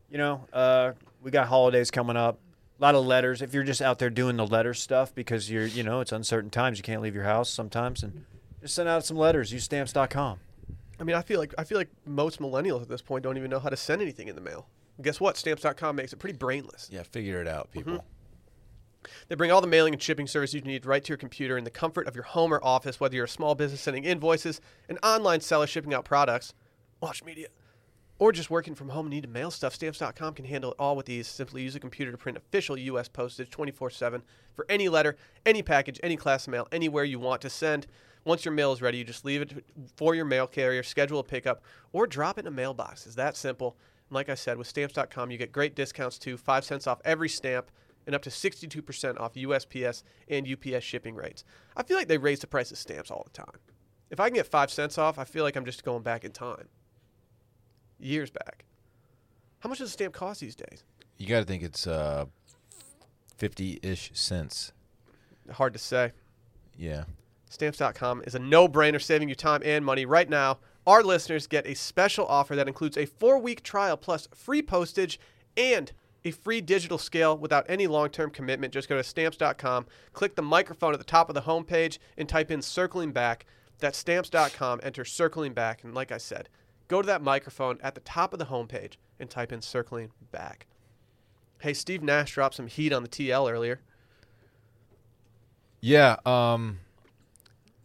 [SPEAKER 2] You know, uh, we got holidays coming up. A lot of letters. If you're just out there doing the letter stuff because you're, you know, it's uncertain times. You can't leave your house sometimes, and just send out some letters. Use stamps.com.
[SPEAKER 1] I mean, I feel like I feel like most millennials at this point don't even know how to send anything in the mail. And guess what? Stamps.com makes it pretty brainless.
[SPEAKER 3] Yeah, figure it out, people.
[SPEAKER 1] They bring all the mailing and shipping services you need right to your computer in the comfort of your home or office, whether you're a small business sending invoices, an online seller shipping out products, watch media, or just working from home and need to mail stuff. Stamps.com can handle it all with ease. Simply use a computer to print official U.S. postage 24 7 for any letter, any package, any class of mail, anywhere you want to send. Once your mail is ready, you just leave it for your mail carrier, schedule a pickup, or drop it in a mailbox. It's that simple. And like I said, with stamps.com, you get great discounts too 5 cents off every stamp and up to 62% off USPS and UPS shipping rates. I feel like they raise the price of stamps all the time. If I can get 5 cents off, I feel like I'm just going back in time. Years back. How much does a stamp cost these days?
[SPEAKER 3] You got to think it's uh, fifty-ish cents.
[SPEAKER 1] Hard to say.
[SPEAKER 3] Yeah.
[SPEAKER 1] Stamps.com is a no brainer, saving you time and money. Right now, our listeners get a special offer that includes a four week trial plus free postage and a free digital scale without any long term commitment. Just go to stamps.com, click the microphone at the top of the homepage, and type in circling back. That's stamps.com. Enter circling back. And like I said, go to that microphone at the top of the homepage and type in circling back. Hey, Steve Nash dropped some heat on the TL earlier.
[SPEAKER 3] Yeah. Um,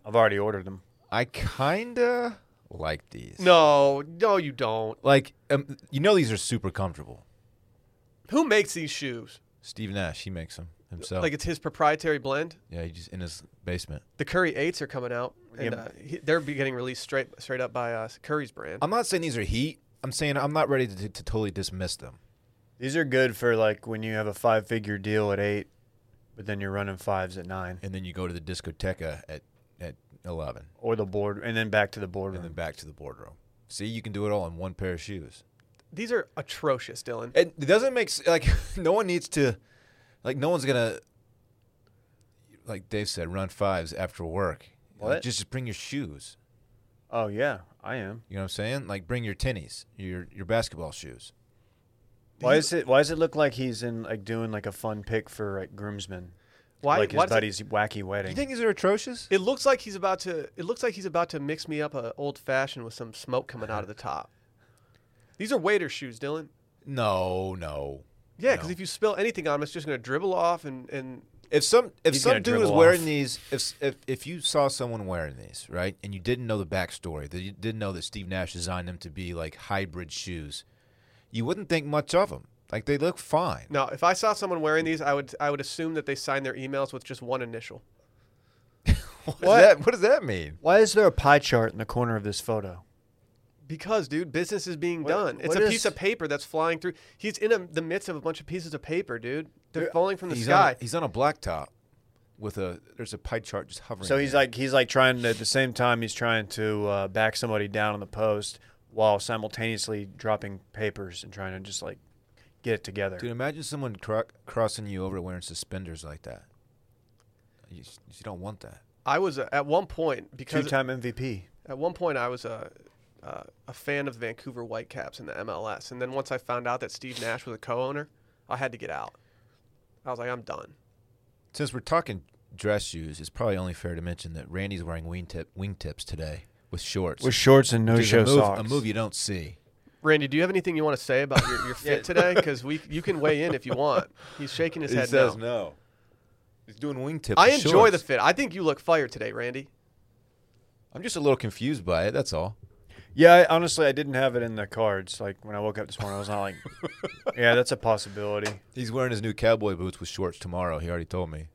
[SPEAKER 2] I've already ordered them.
[SPEAKER 3] I kinda like these.
[SPEAKER 1] No, no, you don't.
[SPEAKER 3] Like, um, you know, these are super comfortable.
[SPEAKER 1] Who makes these shoes?
[SPEAKER 3] Steve Nash, he makes them himself.
[SPEAKER 1] Like it's his proprietary blend.
[SPEAKER 3] yeah, he just in his basement.
[SPEAKER 1] The Curry Eights are coming out, and
[SPEAKER 2] Yeah.
[SPEAKER 1] uh, he, they're be getting released straight straight up by uh, Curry's brand.
[SPEAKER 3] I'm not saying these are heat. I'm saying I'm not ready to, to totally dismiss them.
[SPEAKER 2] These are good for like when you have a five figure deal at eight, but then you're running fives at nine
[SPEAKER 3] And then you go to the discoteca at at eleven,
[SPEAKER 2] or the board, and then back to the
[SPEAKER 3] and then
[SPEAKER 2] boardroom.
[SPEAKER 3] back to the boardroom. See, you can do it all in one pair of shoes.
[SPEAKER 1] These are atrocious, Dylan.
[SPEAKER 3] It it doesn't make s- like no one needs to, like no one's gonna, like Dave said, run fives after work. Like,
[SPEAKER 2] What?
[SPEAKER 3] just bring your shoes.
[SPEAKER 2] Oh, yeah, I am.
[SPEAKER 3] You know what I'm saying? Like bring your tennies, your your basketball shoes.
[SPEAKER 2] Why is it? Why does it look like he's in like doing like a fun pick for like groomsmen?
[SPEAKER 1] Why?
[SPEAKER 2] like his
[SPEAKER 1] why does it,
[SPEAKER 2] buddy's wacky wedding.
[SPEAKER 3] You think these are atrocious?
[SPEAKER 1] it looks like he's about to. It looks like he's about to mix me up a old fashioned with some smoke coming out of the top. These are waiter shoes, Dylan.
[SPEAKER 3] No, no.
[SPEAKER 1] Yeah, because
[SPEAKER 3] No.
[SPEAKER 1] if you spill anything on them, it's just going to dribble off, and and
[SPEAKER 3] If some if
[SPEAKER 2] He's
[SPEAKER 3] some
[SPEAKER 2] gonna
[SPEAKER 3] dude was
[SPEAKER 2] dribble
[SPEAKER 3] wearing
[SPEAKER 2] off.
[SPEAKER 3] these, if, s- if if you saw someone wearing these, right, and you didn't know the backstory, that you didn't know that Steve Nash designed them to be like hybrid shoes, you wouldn't think much of them. Like they look fine.
[SPEAKER 1] no. If I saw someone wearing these, I would I would assume that they signed their emails with just one initial.
[SPEAKER 3] What? Does that, what does that mean?
[SPEAKER 2] Why is there a pie chart in the corner of this photo?
[SPEAKER 1] Because, dude, business is being
[SPEAKER 2] What-
[SPEAKER 1] done. It's
[SPEAKER 2] what
[SPEAKER 1] a
[SPEAKER 2] is-
[SPEAKER 1] piece of paper that's flying through. He's in a, the midst of a bunch of pieces of paper, dude. They're
[SPEAKER 2] Dude,
[SPEAKER 1] falling from the
[SPEAKER 3] he's
[SPEAKER 1] sky.
[SPEAKER 3] on he's on a blacktop with a there's a pie chart just hovering.
[SPEAKER 2] So he's
[SPEAKER 3] there.
[SPEAKER 2] like he's like trying to, at the same time he's trying to uh, back somebody down on the post while simultaneously dropping papers and trying to just like get it together.
[SPEAKER 3] Dude, imagine someone cro- crossing you over wearing suspenders like that. You, you don't want that.
[SPEAKER 1] I was uh, at one point because
[SPEAKER 2] Two-time MVP.
[SPEAKER 1] At one point, I was a uh, a fan of the Vancouver Whitecaps in the MLS, and then once I found out that Steve Nash was a co-owner, I had to get out. I was like, I'm done.
[SPEAKER 3] Since we're talking dress shoes, it's probably only fair to mention that Randy's wearing wingtip wingtips today with shorts.
[SPEAKER 2] With shorts and
[SPEAKER 3] Which is
[SPEAKER 2] no-show
[SPEAKER 3] a move,
[SPEAKER 2] socks.
[SPEAKER 3] A move you don't see.
[SPEAKER 1] Randy, do you have anything you want to say about your, your fit today? Because we you can weigh in if you want. He's shaking his head no.
[SPEAKER 3] He's doing wingtips.
[SPEAKER 1] I enjoy the fit. I think you look fired today, Randy.
[SPEAKER 3] I'm just a little confused by it. That's all.
[SPEAKER 2] Yeah, I, honestly, I didn't have it in the cards. Like when I woke up this morning, I was not like, yeah, that's a possibility.
[SPEAKER 3] He's wearing his new cowboy boots with shorts tomorrow. He already told me.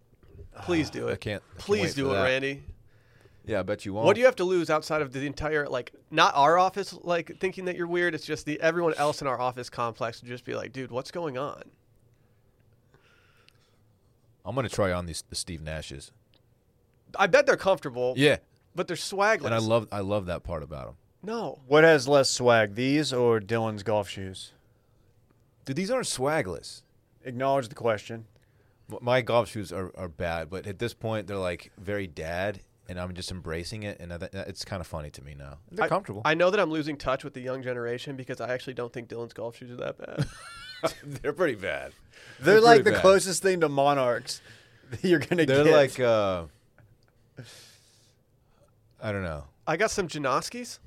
[SPEAKER 1] Please do it.
[SPEAKER 3] Ah, I can't. I can't
[SPEAKER 1] Please
[SPEAKER 3] wait
[SPEAKER 1] do
[SPEAKER 3] for
[SPEAKER 1] it,
[SPEAKER 3] that.
[SPEAKER 1] Randy.
[SPEAKER 3] Yeah, I bet you won't.
[SPEAKER 1] What do you have to lose outside of the entire like not our office like thinking that you're weird? It's just the everyone else in our office complex would just be like, dude, what's going on?
[SPEAKER 3] I'm gonna try on these the Steve Nashes.
[SPEAKER 1] I bet they're comfortable,
[SPEAKER 3] Yeah,
[SPEAKER 1] but they're swagless.
[SPEAKER 3] and I love I love that part about him.
[SPEAKER 1] no.
[SPEAKER 2] What has less swag, these or Dylan's golf shoes?
[SPEAKER 3] Dude, these aren't swagless.
[SPEAKER 2] Acknowledge the question.
[SPEAKER 3] M- My golf shoes are, are bad, but at this point they're like very dad, and I'm just embracing it, and I th- it's kind of funny to me now. They're
[SPEAKER 1] I-
[SPEAKER 3] comfortable.
[SPEAKER 1] I know that I'm losing touch with the young generation because I actually don't think Dylan's golf shoes are that bad.
[SPEAKER 3] they're pretty bad.
[SPEAKER 2] They're, like the
[SPEAKER 3] pretty bad.
[SPEAKER 2] closest thing to monarchs that you're gonna
[SPEAKER 3] They're
[SPEAKER 2] get.
[SPEAKER 3] like uh, I don't know.
[SPEAKER 1] I got some Janoskis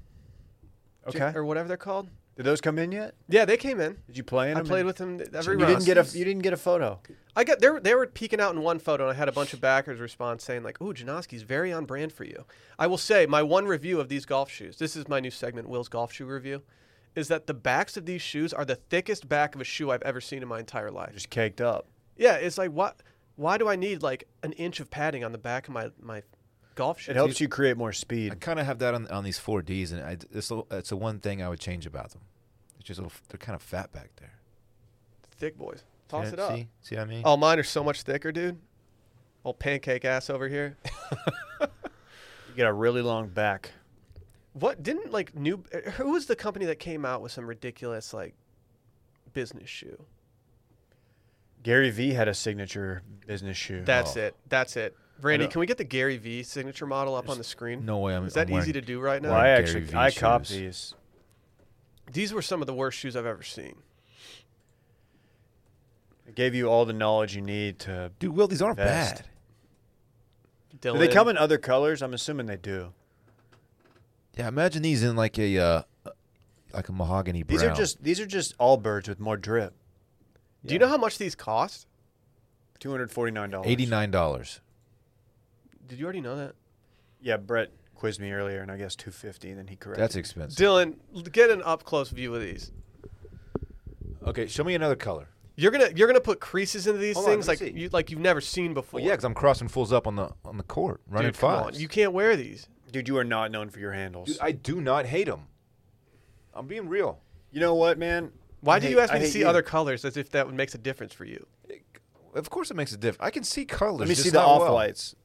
[SPEAKER 1] Jan-
[SPEAKER 2] okay.
[SPEAKER 1] or whatever they're called.
[SPEAKER 2] Did those come in yet?
[SPEAKER 1] Yeah, they came in.
[SPEAKER 2] Did you play in
[SPEAKER 1] I
[SPEAKER 2] them?
[SPEAKER 1] played with them th- every
[SPEAKER 2] You
[SPEAKER 1] round.
[SPEAKER 2] didn't get a. You didn't get a photo.
[SPEAKER 1] I got they were, they were peeking out in one photo, and I had a bunch of backers respond saying like, "Ooh, Janoski's very on brand for you." I will say my one review of these golf shoes. This is my new segment, Will's golf shoe review, is that the backs of these shoes are the thickest back of a shoe I've ever seen in my entire life.
[SPEAKER 2] Just caked up.
[SPEAKER 1] Yeah, it's like what? Why do I need like an inch of padding on the back of my my golf shoes?
[SPEAKER 2] It helps you create more speed.
[SPEAKER 3] I kind of have that on on these four Ds, and I, it's the- it's the one thing I would change about them. It's just a little, they're kind of fat back there.
[SPEAKER 1] Thick boys, toss
[SPEAKER 3] Yeah,
[SPEAKER 1] it up.
[SPEAKER 3] See, see what I mean?
[SPEAKER 1] Oh, mine are so much thicker, dude. Old pancake ass over here.
[SPEAKER 2] You get a really long back.
[SPEAKER 1] What didn't like new? eh, Who was the company that came out with some ridiculous like business shoe?
[SPEAKER 2] Gary Vee had a signature business shoe.
[SPEAKER 3] Oh.
[SPEAKER 1] That's it. That's it. Randy,
[SPEAKER 2] know.
[SPEAKER 1] can we get the Gary V signature model up on the screen?
[SPEAKER 3] No way. I'm,
[SPEAKER 1] Is that
[SPEAKER 3] I'm wearing-
[SPEAKER 1] easy to do right now?
[SPEAKER 2] Well, I
[SPEAKER 3] Gary
[SPEAKER 2] actually
[SPEAKER 3] Vee
[SPEAKER 2] I copped
[SPEAKER 3] shoes.
[SPEAKER 2] these.
[SPEAKER 1] These were some of the worst shoes I've ever seen.
[SPEAKER 2] It gave you all the knowledge you need to.
[SPEAKER 3] Dude, Will, these aren't
[SPEAKER 2] Vest.
[SPEAKER 3] bad.
[SPEAKER 2] Do
[SPEAKER 1] Dylan,
[SPEAKER 2] they come in other colors? I'm assuming they do.
[SPEAKER 3] Yeah, imagine these in like a uh, like a mahogany brown.
[SPEAKER 2] These are just these are just all birds with more drip.
[SPEAKER 1] Do you know how much these cost?
[SPEAKER 2] Two hundred forty nine dollars.
[SPEAKER 3] eighty nine dollars.
[SPEAKER 1] Did you already know that?
[SPEAKER 2] Yeah, Brett quizzed me earlier, and I guess two fifty, and then he corrected.
[SPEAKER 3] That's
[SPEAKER 2] me.
[SPEAKER 3] expensive.
[SPEAKER 1] Dylan, l- get an up close view of these.
[SPEAKER 3] Okay, show me another color.
[SPEAKER 1] You're gonna you're gonna put creases into these
[SPEAKER 3] Hold on,
[SPEAKER 1] things
[SPEAKER 3] let
[SPEAKER 1] like
[SPEAKER 3] me see.
[SPEAKER 1] you like you've never seen before.
[SPEAKER 3] Well, yeah, because I'm crossing fools up on the on the court, running
[SPEAKER 1] Dude, come on.
[SPEAKER 3] fives.
[SPEAKER 1] You can't wear these.
[SPEAKER 2] dude. You are not known for your handles.
[SPEAKER 3] Dude, I do not hate them. I'm being real.
[SPEAKER 2] you know what, man?
[SPEAKER 1] Why
[SPEAKER 2] I
[SPEAKER 1] do
[SPEAKER 2] hate-
[SPEAKER 1] you ask
[SPEAKER 2] I
[SPEAKER 1] me to
[SPEAKER 2] hate
[SPEAKER 1] see
[SPEAKER 2] you.
[SPEAKER 1] other colors as if that would makes a difference for you?
[SPEAKER 3] Of course, it makes a difference. I can see colors.
[SPEAKER 2] Let me
[SPEAKER 3] just
[SPEAKER 2] see the
[SPEAKER 3] not
[SPEAKER 2] off
[SPEAKER 3] well.
[SPEAKER 2] whites.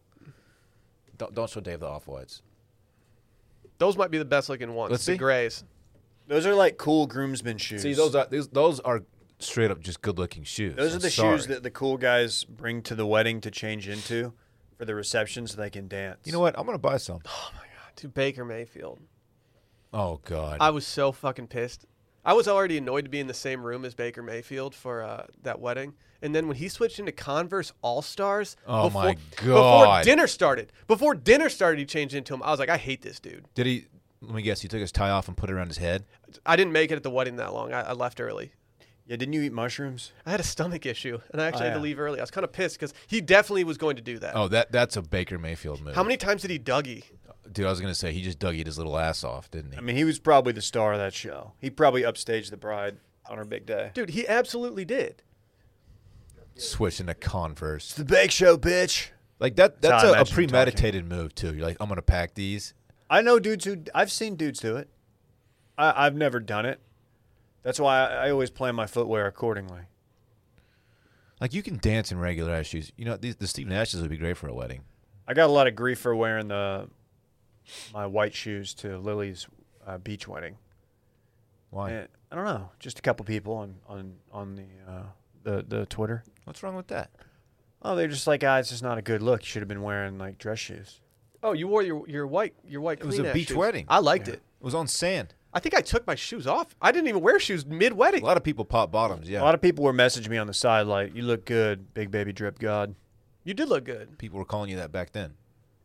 [SPEAKER 3] Don't, don't show Dave the off whites.
[SPEAKER 1] Those might be the best looking ones.
[SPEAKER 3] Let's
[SPEAKER 1] the
[SPEAKER 3] see.
[SPEAKER 1] grays.
[SPEAKER 2] Those are like cool groomsmen shoes.
[SPEAKER 3] See, those are these, those are straight up just good looking shoes.
[SPEAKER 2] Those
[SPEAKER 3] I'm
[SPEAKER 2] are the
[SPEAKER 3] sorry.
[SPEAKER 2] shoes that the cool guys bring to the wedding to change into for the reception so they can dance.
[SPEAKER 3] You know what? I'm gonna buy some.
[SPEAKER 1] Oh my god, dude, Baker Mayfield.
[SPEAKER 3] Oh God.
[SPEAKER 1] I was so fucking pissed. I was already annoyed to be in the same room as Baker Mayfield for uh, that wedding, and then when he switched into Converse All Stars,
[SPEAKER 3] Oh my
[SPEAKER 1] Before
[SPEAKER 3] God.
[SPEAKER 1] dinner started, before dinner started, he changed into him. I was like, I hate this dude.
[SPEAKER 3] Did he? Let me guess. He took his tie off and put it around his head.
[SPEAKER 1] I didn't make it at the wedding that long. I, I left early.
[SPEAKER 2] Yeah, didn't you eat mushrooms?
[SPEAKER 1] I had a stomach issue, and I actually had to
[SPEAKER 2] yeah.
[SPEAKER 1] leave early. I was kind of pissed because he definitely was going to do that.
[SPEAKER 3] Oh, that that's a Baker Mayfield move.
[SPEAKER 1] How many times did he Dougie?
[SPEAKER 3] Dude, I was gonna say he just dug his little ass off, didn't he?
[SPEAKER 2] I mean, he was probably the star of that show. He probably upstaged the bride on her big day.
[SPEAKER 1] Dude, he absolutely did.
[SPEAKER 3] Switching to Converse.
[SPEAKER 2] the bake show, bitch.
[SPEAKER 3] Like that
[SPEAKER 2] That's
[SPEAKER 3] that's
[SPEAKER 2] how I
[SPEAKER 3] a, a
[SPEAKER 2] imagine him
[SPEAKER 3] premeditated move too. You're like, I'm gonna pack these.
[SPEAKER 2] I know dudes who I've seen dudes do it. I, I've never done it. That's why I, I always plan my footwear accordingly.
[SPEAKER 3] Like you can dance in regular ass shoes. You know, these the Steve Nashes would be great for a wedding.
[SPEAKER 2] I got a lot of grief for wearing the my white shoes to Lily's uh, beach wedding.
[SPEAKER 3] Why?
[SPEAKER 2] And- I don't know. Just a couple people on on on the uh, the the Twitter.
[SPEAKER 3] What's wrong with that?
[SPEAKER 2] Oh, they're just like, ah, it's just not a good look. You should have been wearing like dress shoes.
[SPEAKER 1] Oh, you wore your your white your white.
[SPEAKER 3] It was a
[SPEAKER 1] Kleenex
[SPEAKER 3] beach
[SPEAKER 1] shoes.
[SPEAKER 3] wedding.
[SPEAKER 1] I liked
[SPEAKER 2] Yeah.
[SPEAKER 1] it.
[SPEAKER 3] It was on sand.
[SPEAKER 1] I think I took my shoes off. I didn't even wear shoes mid
[SPEAKER 3] A
[SPEAKER 1] wedding.
[SPEAKER 3] lot of people pop bottoms. Yeah.
[SPEAKER 2] A lot of people were messaging me on the side like, "You look good, big baby drip god."
[SPEAKER 1] You did look good.
[SPEAKER 3] people were calling you that back then,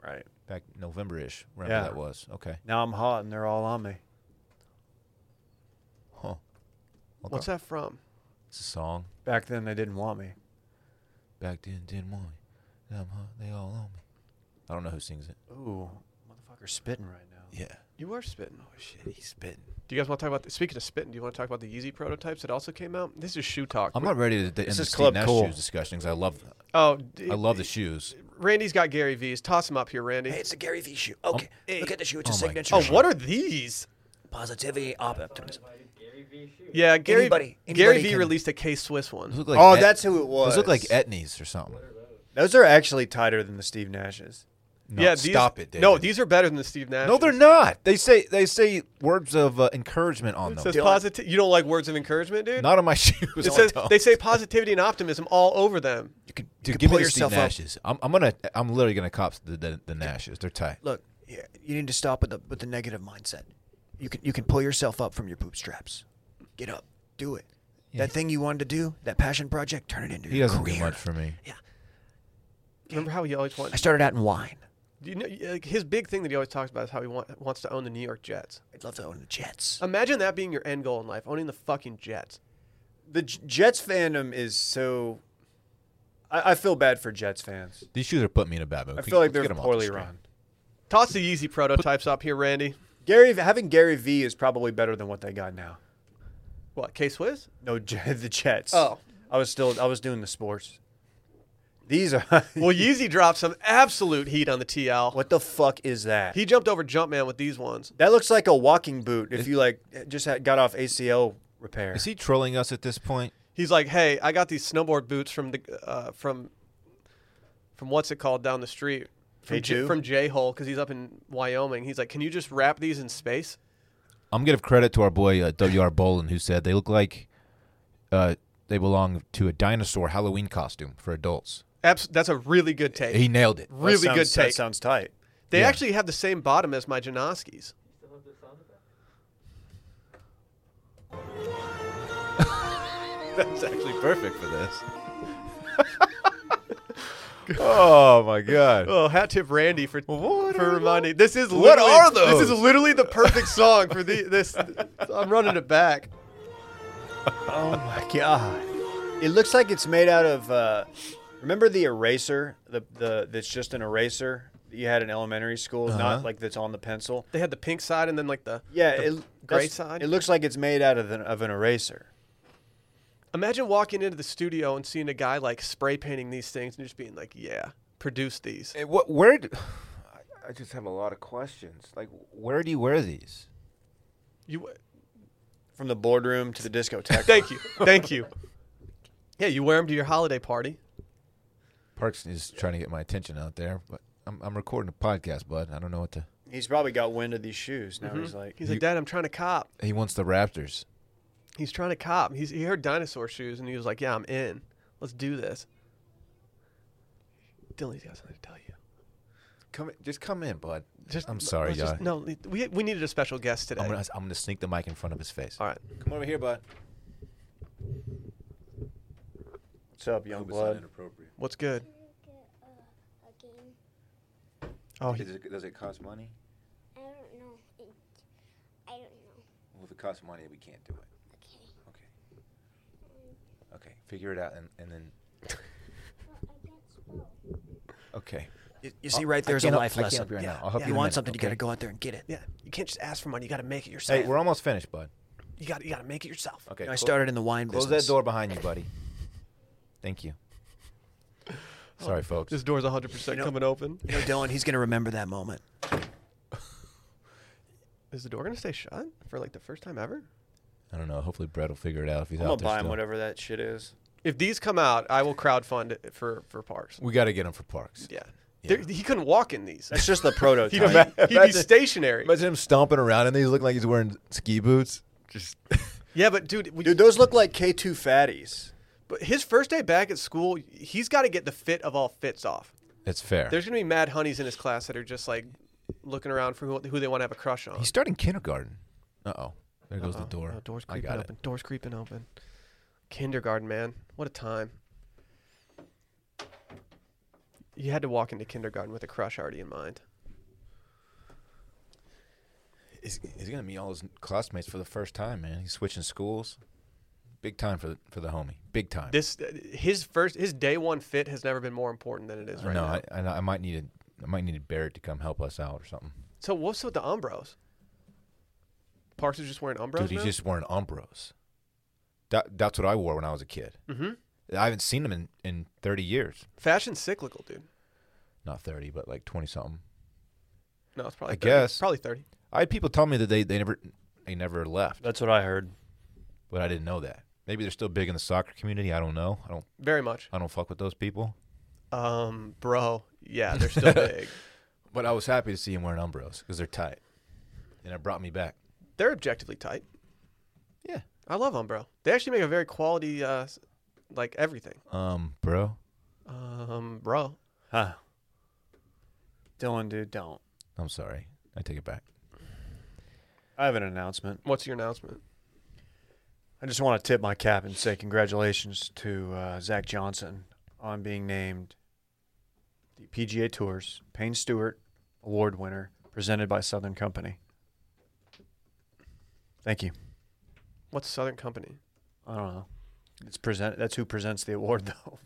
[SPEAKER 2] Right
[SPEAKER 3] back November ish, whenever
[SPEAKER 2] Yeah.
[SPEAKER 3] that was. Okay.
[SPEAKER 2] now, I'm hot and they're all on me.
[SPEAKER 3] Huh. Okay.
[SPEAKER 1] What's that from?
[SPEAKER 3] It's a song.
[SPEAKER 2] Back then, they didn't want me.
[SPEAKER 3] Back then, didn't want me. Now I'm hot, They all on me. I don't know who sings it.
[SPEAKER 2] Ooh, motherfucker, spitting right now.
[SPEAKER 3] Yeah.
[SPEAKER 1] You were spitting.
[SPEAKER 3] Oh shit, he's spitting.
[SPEAKER 1] Do you guys want to talk about? The, speaking of spitting, do you want to talk about the Yeezy prototypes that also came out? This is shoe talk.
[SPEAKER 3] I'm not ready to d- end
[SPEAKER 2] This
[SPEAKER 3] the
[SPEAKER 2] is
[SPEAKER 3] Steve
[SPEAKER 2] Club
[SPEAKER 3] Nash
[SPEAKER 2] Cool.
[SPEAKER 3] shoes discussion because I love,
[SPEAKER 1] oh,
[SPEAKER 3] I love the shoes.
[SPEAKER 1] Randy's got Gary V's. Toss him up here, Randy.
[SPEAKER 2] it's a Gary Vee shoe. Okay,
[SPEAKER 1] look at
[SPEAKER 2] the shoe.
[SPEAKER 3] It's a oh my signature
[SPEAKER 1] oh, what are these?
[SPEAKER 2] Positivity, optimism.
[SPEAKER 1] Yeah, Gary.
[SPEAKER 2] Anybody-
[SPEAKER 1] Gary
[SPEAKER 2] anybody
[SPEAKER 1] V
[SPEAKER 2] can-
[SPEAKER 1] released a K Swiss one.
[SPEAKER 3] look like
[SPEAKER 2] oh,
[SPEAKER 3] Et-
[SPEAKER 2] that's who it was.
[SPEAKER 3] Those look like Etnies or something.
[SPEAKER 2] Those are actually tighter than the Steve Nashes.
[SPEAKER 3] No,
[SPEAKER 1] yeah, these,
[SPEAKER 3] stop it. David.
[SPEAKER 1] No, these are better than the Steve Nash.
[SPEAKER 3] No, they're not. They say they say words of uh, encouragement on
[SPEAKER 1] It
[SPEAKER 3] them.
[SPEAKER 1] says positive. You don't like words of encouragement, dude.
[SPEAKER 3] Not on my shoes.
[SPEAKER 1] it says they say positivity and optimism all over them.
[SPEAKER 2] You could,
[SPEAKER 3] Dude, give me
[SPEAKER 2] pull
[SPEAKER 3] the Steve
[SPEAKER 2] yourself up.
[SPEAKER 3] Nashes. I'm, I'm gonna, I'm literally gonna cop the, the, the Nashes. They're tight.
[SPEAKER 2] Look, yeah, you need to stop with the with the negative mindset. You can you can pull yourself up from your poop straps. Get up, do it. That thing you wanted to do, that passion project, turn it into
[SPEAKER 3] He
[SPEAKER 2] your
[SPEAKER 3] doesn't
[SPEAKER 2] career.
[SPEAKER 3] do much for me.
[SPEAKER 1] Remember how he always
[SPEAKER 2] I
[SPEAKER 1] wants.
[SPEAKER 2] started out in wine.
[SPEAKER 1] You know, like, his big thing that he always talks about is how he want, wants to own the New York Jets.
[SPEAKER 2] I'd love to own the Jets.
[SPEAKER 1] Imagine that being your end goal in life, owning the fucking Jets.
[SPEAKER 2] the J- Jets fandom is so. I, I feel bad for Jets fans.
[SPEAKER 3] These shoes are putting me in a bad mood.
[SPEAKER 2] I feel like
[SPEAKER 3] Let's
[SPEAKER 2] they're
[SPEAKER 3] get 'em off the
[SPEAKER 2] poorly
[SPEAKER 3] screen.
[SPEAKER 2] run.
[SPEAKER 1] Toss the Yeezy prototypes up here, Randy.
[SPEAKER 2] Gary having Gary V is probably better than what they got now.
[SPEAKER 1] What K Swiss?
[SPEAKER 2] No, J- the Jets.
[SPEAKER 1] Oh.
[SPEAKER 2] I was still I was doing the sports. These are
[SPEAKER 1] Well, Yeezy dropped some absolute heat on the TL.
[SPEAKER 2] what the fuck is that?
[SPEAKER 1] He jumped over Jumpman with these ones.
[SPEAKER 2] That looks like a walking boot if you like just had, got off ACL repair.
[SPEAKER 3] Is he trolling us at this point?
[SPEAKER 1] He's like, "Hey, I got these snowboard boots from the uh, from from what's it called down the street from J,
[SPEAKER 2] K2?
[SPEAKER 1] from J Hole because he's up in Wyoming. He's like, can you just wrap these in space?
[SPEAKER 3] I'm gonna give credit to our boy uh, W.R. Bolin, who said they look like uh, they belong to a dinosaur Halloween costume for adults.
[SPEAKER 1] Abs- that's a really good take.
[SPEAKER 3] He nailed it.
[SPEAKER 2] That
[SPEAKER 1] really
[SPEAKER 2] sounds-
[SPEAKER 1] good
[SPEAKER 2] That
[SPEAKER 1] take.
[SPEAKER 2] sounds tight.
[SPEAKER 1] They
[SPEAKER 3] Yeah.
[SPEAKER 1] actually have the same bottom as my Janoskis.
[SPEAKER 3] That's actually perfect for this. oh my god!
[SPEAKER 1] Oh, hat tip Randy for
[SPEAKER 3] What
[SPEAKER 1] for
[SPEAKER 3] are
[SPEAKER 1] reminding. This is
[SPEAKER 3] What
[SPEAKER 1] literally-
[SPEAKER 3] are
[SPEAKER 1] This is
[SPEAKER 3] those?
[SPEAKER 1] literally the perfect song for the this. I'm running it back.
[SPEAKER 2] Oh my god! It looks like it's made out of. Uh, remember the eraser, the the that's just an eraser that you had in elementary school,
[SPEAKER 3] Uh-huh.
[SPEAKER 2] not like that's on the pencil.
[SPEAKER 1] They had the pink side and then like the
[SPEAKER 2] Yeah,
[SPEAKER 1] the
[SPEAKER 2] it,
[SPEAKER 1] gray
[SPEAKER 2] that's-
[SPEAKER 1] side.
[SPEAKER 2] It looks like it's made out of an, of an eraser.
[SPEAKER 1] Imagine walking into the studio and seeing a guy like spray painting these things and just being like, "Yeah, produce these."
[SPEAKER 3] Eh, What? Where? d- I just have a lot of questions. Like, where do you wear these?
[SPEAKER 1] You,
[SPEAKER 2] From the boardroom to the discotheque.
[SPEAKER 1] thank you, thank you. Yeah, you wear them to your holiday party.
[SPEAKER 3] Parks is trying to get my attention out there, but I'm, I'm recording a podcast, bud. I don't know what to.
[SPEAKER 2] he's probably got wind of these shoes. Now he's like,
[SPEAKER 1] He's like, "Dad, I'm trying to cop."
[SPEAKER 3] He wants the Raptors.
[SPEAKER 1] He's trying to cop. He's, he heard dinosaur shoes and he was like, "Yeah, I'm in. Let's do this." Dylan's got something to tell you.
[SPEAKER 3] Come, in- just come in, bud.
[SPEAKER 1] Just,
[SPEAKER 3] I'm sorry,
[SPEAKER 1] let's just-
[SPEAKER 3] y'all.
[SPEAKER 1] No, we, we needed a special guest today.
[SPEAKER 3] I'm gonna, I'm gonna sneak the mic in front of his face.
[SPEAKER 1] All right.
[SPEAKER 3] Come over here, bud.
[SPEAKER 2] "What's up, young blood?"
[SPEAKER 3] inappropriate.
[SPEAKER 1] What's good?
[SPEAKER 4] uh, a game.
[SPEAKER 1] Oh, he,
[SPEAKER 3] it, does it cost money?
[SPEAKER 4] I don't know. It, I don't know.
[SPEAKER 3] Well, if it costs money, we can't do it.
[SPEAKER 4] Okay.
[SPEAKER 3] Okay. Okay. Figure it out, and, and then.
[SPEAKER 4] Well, I can't spell.
[SPEAKER 3] Okay.
[SPEAKER 5] You, you see right
[SPEAKER 3] I
[SPEAKER 5] there's a
[SPEAKER 3] can't help-
[SPEAKER 5] life
[SPEAKER 3] I can't
[SPEAKER 5] lesson.
[SPEAKER 3] help you right
[SPEAKER 5] yeah.
[SPEAKER 3] now. I'll help
[SPEAKER 5] If
[SPEAKER 3] you
[SPEAKER 5] you
[SPEAKER 3] in a
[SPEAKER 5] want
[SPEAKER 3] minute,
[SPEAKER 5] something, you
[SPEAKER 3] okay?
[SPEAKER 5] got to go out there and get it.
[SPEAKER 1] yeah. You can't just ask for money. You got to make it yourself.
[SPEAKER 3] Hey, we're almost finished, bud.
[SPEAKER 1] you got you got to make it yourself.
[SPEAKER 3] Okay.
[SPEAKER 5] I
[SPEAKER 3] clo-
[SPEAKER 5] started in the wine
[SPEAKER 3] Close
[SPEAKER 5] business.
[SPEAKER 3] that door behind you, buddy. Thank you. Sorry, folks.
[SPEAKER 1] Oh, This door's 100%
[SPEAKER 5] You know-
[SPEAKER 1] coming open.
[SPEAKER 5] You know, Dylan, he's going to remember that moment.
[SPEAKER 1] Is the door gonna stay shut for like the first time ever?
[SPEAKER 3] I don't know. Hopefully, Brett will figure it out if he's
[SPEAKER 2] I'm
[SPEAKER 3] out
[SPEAKER 2] gonna
[SPEAKER 3] there
[SPEAKER 2] buy him
[SPEAKER 3] still.
[SPEAKER 2] whatever that shit is.
[SPEAKER 1] If these come out, I will crowdfund it for for parks.
[SPEAKER 3] We got to get him for Parks.
[SPEAKER 1] Yeah, There- he couldn't walk in these.
[SPEAKER 2] That's just the
[SPEAKER 1] He'd,
[SPEAKER 2] prototype.
[SPEAKER 1] be- he'd be
[SPEAKER 3] Imagine-
[SPEAKER 1] stationary.
[SPEAKER 3] Imagine him stomping around in these, looking like he's wearing ski boots.
[SPEAKER 6] Just
[SPEAKER 1] Yeah, but dude, we,
[SPEAKER 2] Dude, those look like K2 fatties.
[SPEAKER 1] but his first day back at school, he's got to get the fit of all fits off.
[SPEAKER 3] It's fair.
[SPEAKER 1] There's gonna be mad honeys in his class that are just like looking around for who, who they want to have a crush on.
[SPEAKER 3] He's starting kindergarten. Uh oh. There goes the
[SPEAKER 1] Uh-oh.
[SPEAKER 3] door.
[SPEAKER 1] Oh, door's
[SPEAKER 3] I
[SPEAKER 1] creeping
[SPEAKER 3] got
[SPEAKER 1] open. Door's creeping open. Kindergarten, man. What a time. You had to walk into kindergarten with a crush already in mind.
[SPEAKER 3] it. He's, he's gonna meet all his classmates for the first time, man. He's switching schools. Big time for the, for the homie. Big time.
[SPEAKER 1] This uh, his first his day one fit has never been more important than it is
[SPEAKER 3] I
[SPEAKER 1] right
[SPEAKER 3] know.
[SPEAKER 1] now.
[SPEAKER 3] I, I, know- I might need a, I might need Barrett to come help us out or something.
[SPEAKER 1] so what's with the Umbros? Parks is just wearing Umbros.
[SPEAKER 3] Dude, he's just wearing Umbros. That, that's what I wore when I was a kid.
[SPEAKER 1] hmm
[SPEAKER 3] I haven't seen him in, in 30 years.
[SPEAKER 1] fashion's cyclical, dude.
[SPEAKER 3] Not 30, but like 20 something.
[SPEAKER 1] No, it's probably
[SPEAKER 3] I
[SPEAKER 1] 30.
[SPEAKER 3] guess.
[SPEAKER 1] probably thirty.
[SPEAKER 3] I had people tell me that they, they never they never left,
[SPEAKER 2] That's what I heard.
[SPEAKER 3] but I didn't know that. Maybe they're still big in the soccer community. I don't know. I don't
[SPEAKER 1] Very much.
[SPEAKER 3] I don't fuck with those people.
[SPEAKER 1] Um, bro, yeah, they're still big.
[SPEAKER 3] But I was happy to see him wearing Umbros because they're tight, and it brought me back.
[SPEAKER 1] They're objectively tight.
[SPEAKER 3] Yeah.
[SPEAKER 1] I love Umbro. They actually make a very quality, uh, s- like everything.
[SPEAKER 3] Um, bro,
[SPEAKER 1] Um, bro,
[SPEAKER 2] Huh. Dylan, dude, don't.
[SPEAKER 3] I'm sorry. I take it back.
[SPEAKER 2] I have an announcement.
[SPEAKER 1] what's your announcement?
[SPEAKER 2] I just want to tip my cap and say congratulations to uh, Zach Johnson on being named the PGA Tour's Payne Stewart Award winner, presented by Southern Company. Thank you.
[SPEAKER 1] What's Southern Company?
[SPEAKER 2] I don't know. It's present. That's who presents the award, though.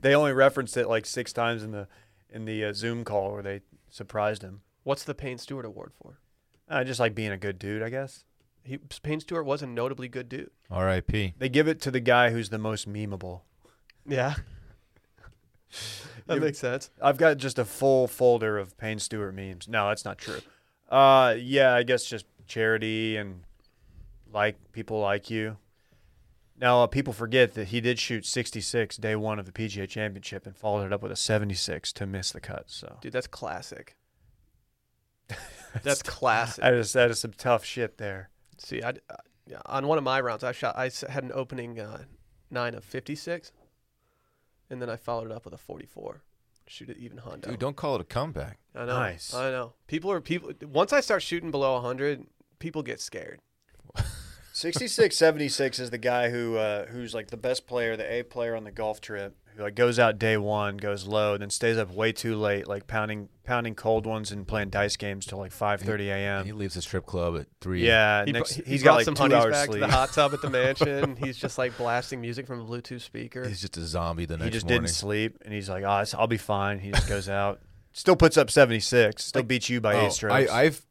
[SPEAKER 2] they only referenced it like six times in the in the uh, Zoom call where they surprised him.
[SPEAKER 1] What's the Payne Stewart Award for?
[SPEAKER 2] I just like being a good dude, I guess.
[SPEAKER 1] He Payne Stewart was a notably good dude.
[SPEAKER 3] R.I.P.
[SPEAKER 2] They give it to the guy who's the most memeable.
[SPEAKER 1] Yeah, that
[SPEAKER 2] You-
[SPEAKER 1] makes sense.
[SPEAKER 2] I've got just a full folder of Payne Stewart memes. No, that's not true. Uh, yeah, I guess just charity and like people like you. Now, uh, people forget that he did shoot 66 day one of the PGA Championship and followed it up with a 76 to miss the cut. So
[SPEAKER 1] Dude, that's classic. That's classic.
[SPEAKER 2] I just that is some tough shit there.
[SPEAKER 1] See, I, I- yeah, on one of my rounds, I shot. I s- had an opening uh, nine of fifty-six, and then I followed it up with a forty-four. Shoot it even Honda.
[SPEAKER 3] Dude, don't call it a comeback.
[SPEAKER 1] I know.
[SPEAKER 2] Nice.
[SPEAKER 1] I know. People are people. Once I start shooting below hundred, people get scared.
[SPEAKER 2] 66 76 is the guy who uh, who's like the best player, the A player on the golf trip, who like goes out day one, goes low, then stays up way too late, like pounding pounding cold ones and playing dice games till like 5:30
[SPEAKER 3] He
[SPEAKER 2] a.m.
[SPEAKER 3] leaves the strip club at three.
[SPEAKER 2] Yeah,
[SPEAKER 1] He,
[SPEAKER 2] next,
[SPEAKER 1] br- he
[SPEAKER 2] he's
[SPEAKER 1] brought
[SPEAKER 2] got like
[SPEAKER 1] some
[SPEAKER 2] two
[SPEAKER 1] honeys
[SPEAKER 2] hours
[SPEAKER 1] back
[SPEAKER 2] sleep.
[SPEAKER 1] to the hot tub at the mansion. he's just like blasting music from a Bluetooth speaker.
[SPEAKER 3] he's just a zombie the next
[SPEAKER 2] He just
[SPEAKER 3] morning.
[SPEAKER 2] didn't sleep, and he's like, "Oh, it's- I'll be fine." He just goes out, still puts up 76, still beats you by
[SPEAKER 3] Oh,
[SPEAKER 2] eight strokes.
[SPEAKER 3] I, I've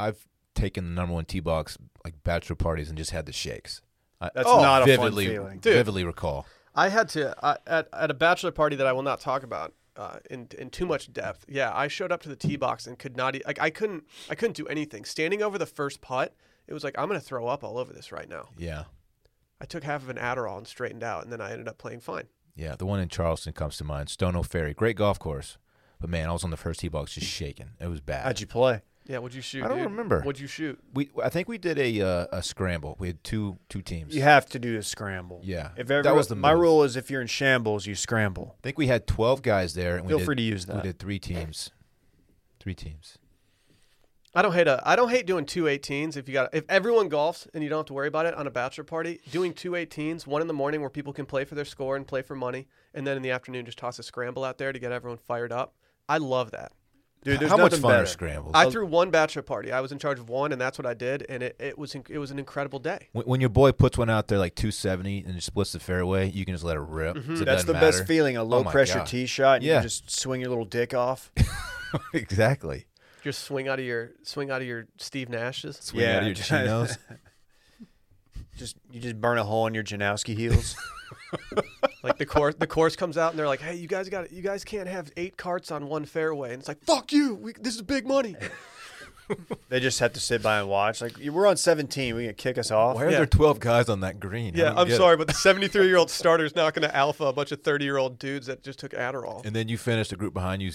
[SPEAKER 3] I've taken the number one tee box like bachelor parties and just had the shakes. I,
[SPEAKER 2] That's
[SPEAKER 1] Oh,
[SPEAKER 2] not a
[SPEAKER 3] vividly,
[SPEAKER 2] fun feeling.
[SPEAKER 1] Dude.
[SPEAKER 3] vividly recall.
[SPEAKER 1] I had to I, at at a bachelor party that I will not talk about uh, in in too much depth. Yeah, I showed up to the tee box and could not e- like I couldn't I couldn't do anything. Standing over the first putt, it was like I'm gonna throw up all over this right now.
[SPEAKER 3] Yeah,
[SPEAKER 1] I took half of an Adderall and straightened out, and then I ended up playing fine.
[SPEAKER 3] yeah. The one in Charleston comes to mind. Stono Ferry, great golf course, but man, I was on the first tee box just shaking. It was bad.
[SPEAKER 2] How'd you play?
[SPEAKER 1] Yeah, would you shoot?
[SPEAKER 3] I don't
[SPEAKER 1] dude?
[SPEAKER 3] remember.
[SPEAKER 1] Would you shoot?
[SPEAKER 3] we I think we did a uh, a scramble. We had two two teams.
[SPEAKER 2] You have to do a scramble.
[SPEAKER 3] Yeah,
[SPEAKER 2] If
[SPEAKER 3] that
[SPEAKER 2] ever,
[SPEAKER 3] was the
[SPEAKER 2] my
[SPEAKER 3] move.
[SPEAKER 2] rule is if you're in shambles, you scramble.
[SPEAKER 3] I think we had twelve guys there. And we
[SPEAKER 2] Feel
[SPEAKER 3] did-
[SPEAKER 2] free to use
[SPEAKER 3] We
[SPEAKER 2] that.
[SPEAKER 3] did three teams. Three teams.
[SPEAKER 1] I don't hate a I don't hate doing two 18s if you got if everyone golfs and you don't have to worry about it on a bachelor party. Doing two 18s, one in the morning where people can play for their score and play for money, and then in the afternoon just toss a scramble out there to get everyone fired up. I love that.
[SPEAKER 2] Dude, there's
[SPEAKER 3] How much
[SPEAKER 2] nothing
[SPEAKER 3] fun are
[SPEAKER 2] better.
[SPEAKER 3] scrambles?
[SPEAKER 1] I threw one bachelor party. I was in charge of one, and that's what I did, and it, it was inc- it was an incredible day.
[SPEAKER 3] when, when your boy puts one out there like 270 and it splits the fairway, you can just let it rip. So it
[SPEAKER 2] That's
[SPEAKER 3] doesn't
[SPEAKER 2] the
[SPEAKER 3] matter.
[SPEAKER 2] best feeling, a
[SPEAKER 3] Oh
[SPEAKER 2] low
[SPEAKER 3] my
[SPEAKER 2] pressure
[SPEAKER 3] God.
[SPEAKER 2] tee shot. And You
[SPEAKER 3] Yeah.
[SPEAKER 2] can just swing your little dick off.
[SPEAKER 3] exactly.
[SPEAKER 1] Just swing out of your swing out of your Steve Nash's.
[SPEAKER 3] Swing out of your chinos.
[SPEAKER 2] just you just burn a hole in your Janowski heels.
[SPEAKER 1] Like the course the course comes out, and they're like, "Hey, you guys got you guys can't have eight carts on one fairway," and it's like, "Fuck you! We, this is big money."
[SPEAKER 2] they just have to sit by and watch. Like "You- we're on 17, we can kick us off.
[SPEAKER 3] Why are
[SPEAKER 1] Yeah.
[SPEAKER 3] there 12 guys on that green? I
[SPEAKER 1] Yeah,
[SPEAKER 3] don't
[SPEAKER 1] I'm
[SPEAKER 3] get it.
[SPEAKER 1] sorry, but the 73 year old starter's not going to alpha a bunch of 30 year old dudes that just took Adderall.
[SPEAKER 3] And then you finish the group behind you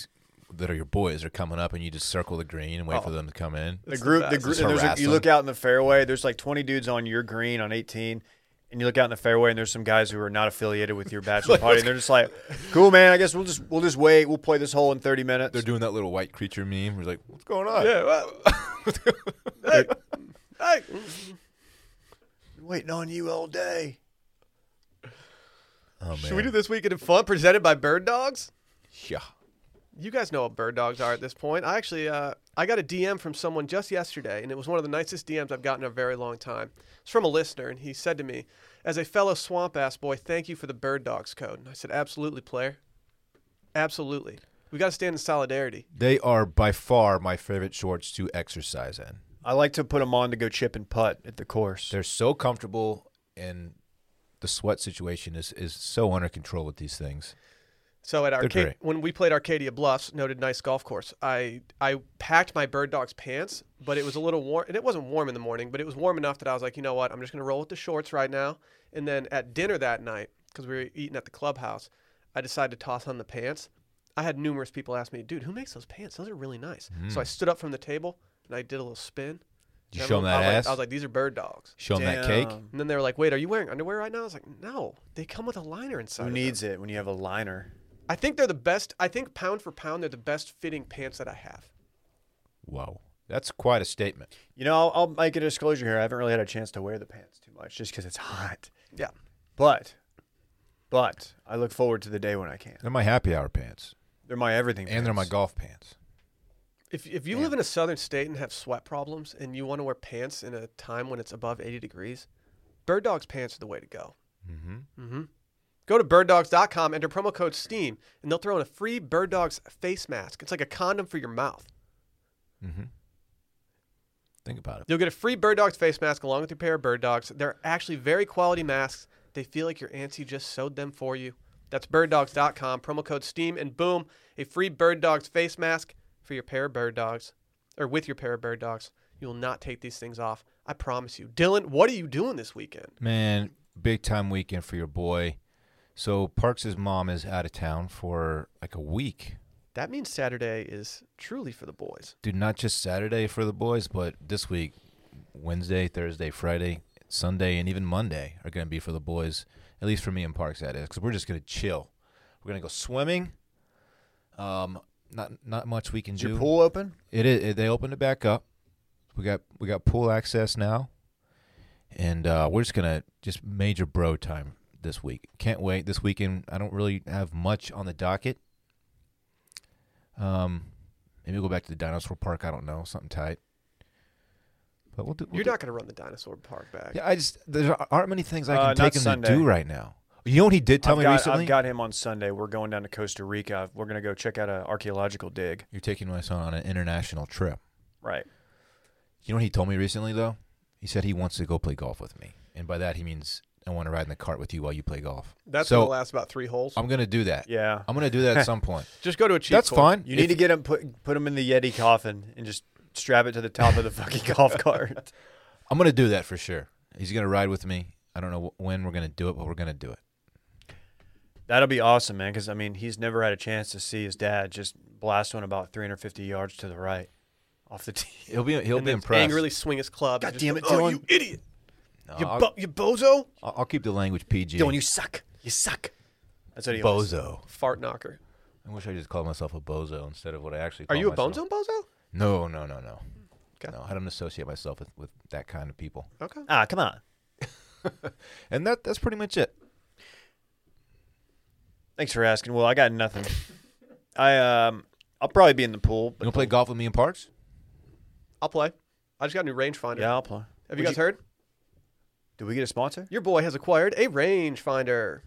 [SPEAKER 3] that are your boys are coming up, and you just circle the green and wait for them to come in.
[SPEAKER 2] The
[SPEAKER 1] It's the
[SPEAKER 2] group, the,
[SPEAKER 1] best.
[SPEAKER 2] group,
[SPEAKER 3] Just
[SPEAKER 2] and there's
[SPEAKER 3] harass
[SPEAKER 2] a, you
[SPEAKER 3] them.
[SPEAKER 2] look out in the fairway. There's like 20 dudes on your green on 18, and you look out in the fairway, and there's some guys who are not affiliated with your bachelor party. And they're just like, "Cool, man. I guess we'll just we'll just wait. We'll play this hole in 30 minutes."
[SPEAKER 3] They're doing that little white creature meme. We're like, what's going on?
[SPEAKER 1] Yeah. well- hey, hey.
[SPEAKER 2] waiting on you all day.
[SPEAKER 3] Oh man.
[SPEAKER 1] Should we do this weekend in fun presented by Bird Dogs?
[SPEAKER 3] Yeah.
[SPEAKER 1] You guys know what bird dogs are at this point. I actually, uh, I got a DM from someone just yesterday, and it was one of the nicest DMs I've gotten in a very long time. It's from a listener, and he said to me, "As a fellow swamp ass boy, thank you for the bird dogs code." And I said, "Absolutely, player. Absolutely. We got to stand in solidarity."
[SPEAKER 3] They are by far my favorite shorts to exercise in.
[SPEAKER 2] I like to put them on to go chip and putt at the course.
[SPEAKER 3] They're so comfortable, and the sweat situation is is so under control with these things.
[SPEAKER 1] So at Arcadia,
[SPEAKER 3] great.
[SPEAKER 1] when we played Arcadia Bluffs, noted nice golf course, I I packed my bird dog's pants, but it was a little warm, and it wasn't warm in the morning, but it was warm enough that I was like, you know what, I'm just gonna roll with the shorts right now. And then at dinner that night, because we were eating at the clubhouse, I decided to toss on the pants. I had numerous people ask me, dude, who makes those pants? Those are really nice. So I stood up from the table and I did a little spin.
[SPEAKER 3] Did Hmm. you
[SPEAKER 1] And
[SPEAKER 3] show 'em
[SPEAKER 1] everyone- I
[SPEAKER 3] that
[SPEAKER 1] was like-
[SPEAKER 3] ass?
[SPEAKER 1] I was like, these are bird dogs.
[SPEAKER 3] Show them that cake.
[SPEAKER 2] Damn.
[SPEAKER 1] And then they were like, wait, are you wearing underwear right now? I was like, no, they come with a liner inside.
[SPEAKER 2] Who
[SPEAKER 1] of them."
[SPEAKER 2] needs it when you have a liner?
[SPEAKER 1] I think they're the best. I think pound for pound, they're the best fitting pants that I have.
[SPEAKER 3] Whoa, that's quite a statement.
[SPEAKER 2] You know, I'll, I'll make a disclosure here. I haven't really had a chance to wear the pants too much just because it's hot.
[SPEAKER 1] Yeah.
[SPEAKER 2] But, but I look forward to the day when I can.
[SPEAKER 3] They're my happy hour pants,
[SPEAKER 2] They're my everything.
[SPEAKER 3] and they're my
[SPEAKER 2] pants.
[SPEAKER 3] golf pants.
[SPEAKER 1] If, if you live in a southern state and have sweat problems and you want to wear pants in a time when it's above 80 degrees, Bird Dogs pants are the way to go. Mm-hmm. Mm-hmm. Go to birddogs.com, enter promo code STEAM, and they'll throw in a free Bird Dogs face mask. It's like a condom for your mouth.
[SPEAKER 3] Mm-hmm. Think about it.
[SPEAKER 1] You'll get a free Bird Dogs face mask along with your pair of Bird Dogs. They're actually very quality masks. They feel like your auntie just sewed them for you. That's birddogs.com, promo code STEAM, and boom, a free Bird Dogs face mask for your pair of Bird Dogs, or with your pair of Bird Dogs. You will not take these things off. I promise you. Dylan, what are you doing this weekend?
[SPEAKER 3] Man, big time weekend for your boy. So Parks' mom is out of town for like a week.
[SPEAKER 1] That means Saturday is truly for the boys.
[SPEAKER 3] Dude, not just Saturday for the boys, but this week, Wednesday, Thursday, Friday, Sunday, and even Monday are going to be for the boys. At least for me and Parks, that is, because we're just going to chill. We're going to go swimming. Um, not not much we can
[SPEAKER 2] Is
[SPEAKER 3] do.
[SPEAKER 2] your pool open?
[SPEAKER 3] It is. It, they opened it back up. We got we got pool access now, and uh, we're just gonna just major bro time this week. Can't wait. This weekend, I don't really have much on the docket. Um, maybe we'll go back to the dinosaur park. I don't know, something tight. But we'll do. we'll
[SPEAKER 1] You're
[SPEAKER 3] do-
[SPEAKER 1] not going to run the dinosaur park back.
[SPEAKER 3] Yeah, I just there aren't many things I
[SPEAKER 2] Uh,
[SPEAKER 3] can
[SPEAKER 2] not
[SPEAKER 3] take him
[SPEAKER 2] Sunday.
[SPEAKER 3] to do right now. You know what he did tell
[SPEAKER 2] I've
[SPEAKER 3] me
[SPEAKER 2] got,
[SPEAKER 3] recently?
[SPEAKER 2] I've got him on Sunday. We're going down to Costa Rica. We're gonna go check out an archaeological dig.
[SPEAKER 3] You're taking my son on an international trip.
[SPEAKER 2] Right.
[SPEAKER 3] You know what he told me recently though? He said he wants to go play golf with me, and by that he means I want to ride in the cart with you while you play golf.
[SPEAKER 1] That's
[SPEAKER 3] so
[SPEAKER 1] going to last about three holes.
[SPEAKER 3] I'm gonna do that.
[SPEAKER 2] Yeah.
[SPEAKER 3] I'm gonna do that at some point.
[SPEAKER 1] Just go to a cheap
[SPEAKER 3] That's
[SPEAKER 1] course.
[SPEAKER 3] fine.
[SPEAKER 2] You need
[SPEAKER 3] Um, If-
[SPEAKER 2] to get him put put him in the Yeti coffin and just strap it to the top of the fucking golf cart.
[SPEAKER 3] I'm gonna do that for sure. He's gonna ride with me. I don't know wh- when we're gonna do it, but we're gonna do it.
[SPEAKER 2] That'll be awesome, man. Because I mean, he's never had a chance to see his dad just blast one about 350 yards to the right off the tee.
[SPEAKER 3] He'll be he'll
[SPEAKER 1] And
[SPEAKER 3] be
[SPEAKER 1] then
[SPEAKER 3] impressed.
[SPEAKER 1] angrily swing his club. and
[SPEAKER 5] God
[SPEAKER 1] just
[SPEAKER 5] damn
[SPEAKER 1] go,
[SPEAKER 5] it,
[SPEAKER 1] "Oh,
[SPEAKER 5] Dylan."
[SPEAKER 1] you idiot.
[SPEAKER 3] No,
[SPEAKER 1] You,
[SPEAKER 3] I'll,
[SPEAKER 1] bo- you bozo.
[SPEAKER 3] I'll- I'll keep the language PG.
[SPEAKER 5] Dylan, you suck. You suck.
[SPEAKER 2] That's what he always-
[SPEAKER 3] bozo.
[SPEAKER 1] Fart knocker.
[SPEAKER 3] I wish I just called myself a bozo instead of what I actually.
[SPEAKER 1] Are
[SPEAKER 3] call
[SPEAKER 1] you a bone
[SPEAKER 3] myself.
[SPEAKER 1] zone bozo?
[SPEAKER 3] No, no, no, no.
[SPEAKER 1] Okay.
[SPEAKER 3] No, I don't associate myself with, with that kind of people.
[SPEAKER 1] Okay.
[SPEAKER 2] Ah, come on.
[SPEAKER 3] And that that's pretty much it.
[SPEAKER 2] Thanks for asking. Well, I got nothing. I um, I'll probably be in the pool.
[SPEAKER 3] You
[SPEAKER 2] But
[SPEAKER 3] gonna play golf with me in Parks?
[SPEAKER 1] I'll play. I just got a new rangefinder.
[SPEAKER 2] yeah, I'll play.
[SPEAKER 1] Have
[SPEAKER 2] Would
[SPEAKER 1] you guys heard?
[SPEAKER 2] Did we get a sponsor?
[SPEAKER 1] Your boy has acquired a rangefinder.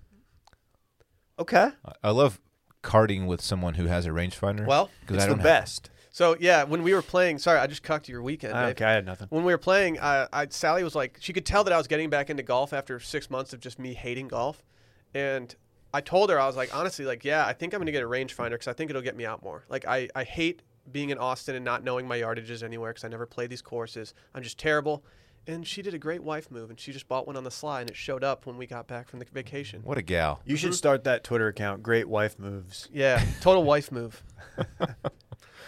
[SPEAKER 2] Okay.
[SPEAKER 3] I- I love karting with someone who has a rangefinder.
[SPEAKER 1] Well,
[SPEAKER 3] 'cause
[SPEAKER 2] it's
[SPEAKER 3] I
[SPEAKER 2] the
[SPEAKER 3] don't have-
[SPEAKER 2] best.
[SPEAKER 1] So yeah, when we were playing, sorry, I just cucked your weekend.
[SPEAKER 2] Ah,
[SPEAKER 1] babe.
[SPEAKER 2] okay, I had nothing.
[SPEAKER 1] When we were playing, I, I Sally was like, she could tell that I was getting back into golf after six months of just me hating golf, and I told her I was like, honestly, like, yeah, I think I'm gonna get a rangefinder because I think it'll get me out more. Like, I I hate being in Austin and not knowing my yardages anywhere because I never play these courses. I'm just terrible, And she did a great wife move, and she just bought one on the sly, and it showed up when we got back from the vacation.
[SPEAKER 3] What a gal.
[SPEAKER 2] You should start that Twitter account. Great wife moves.
[SPEAKER 1] Yeah, total wife move.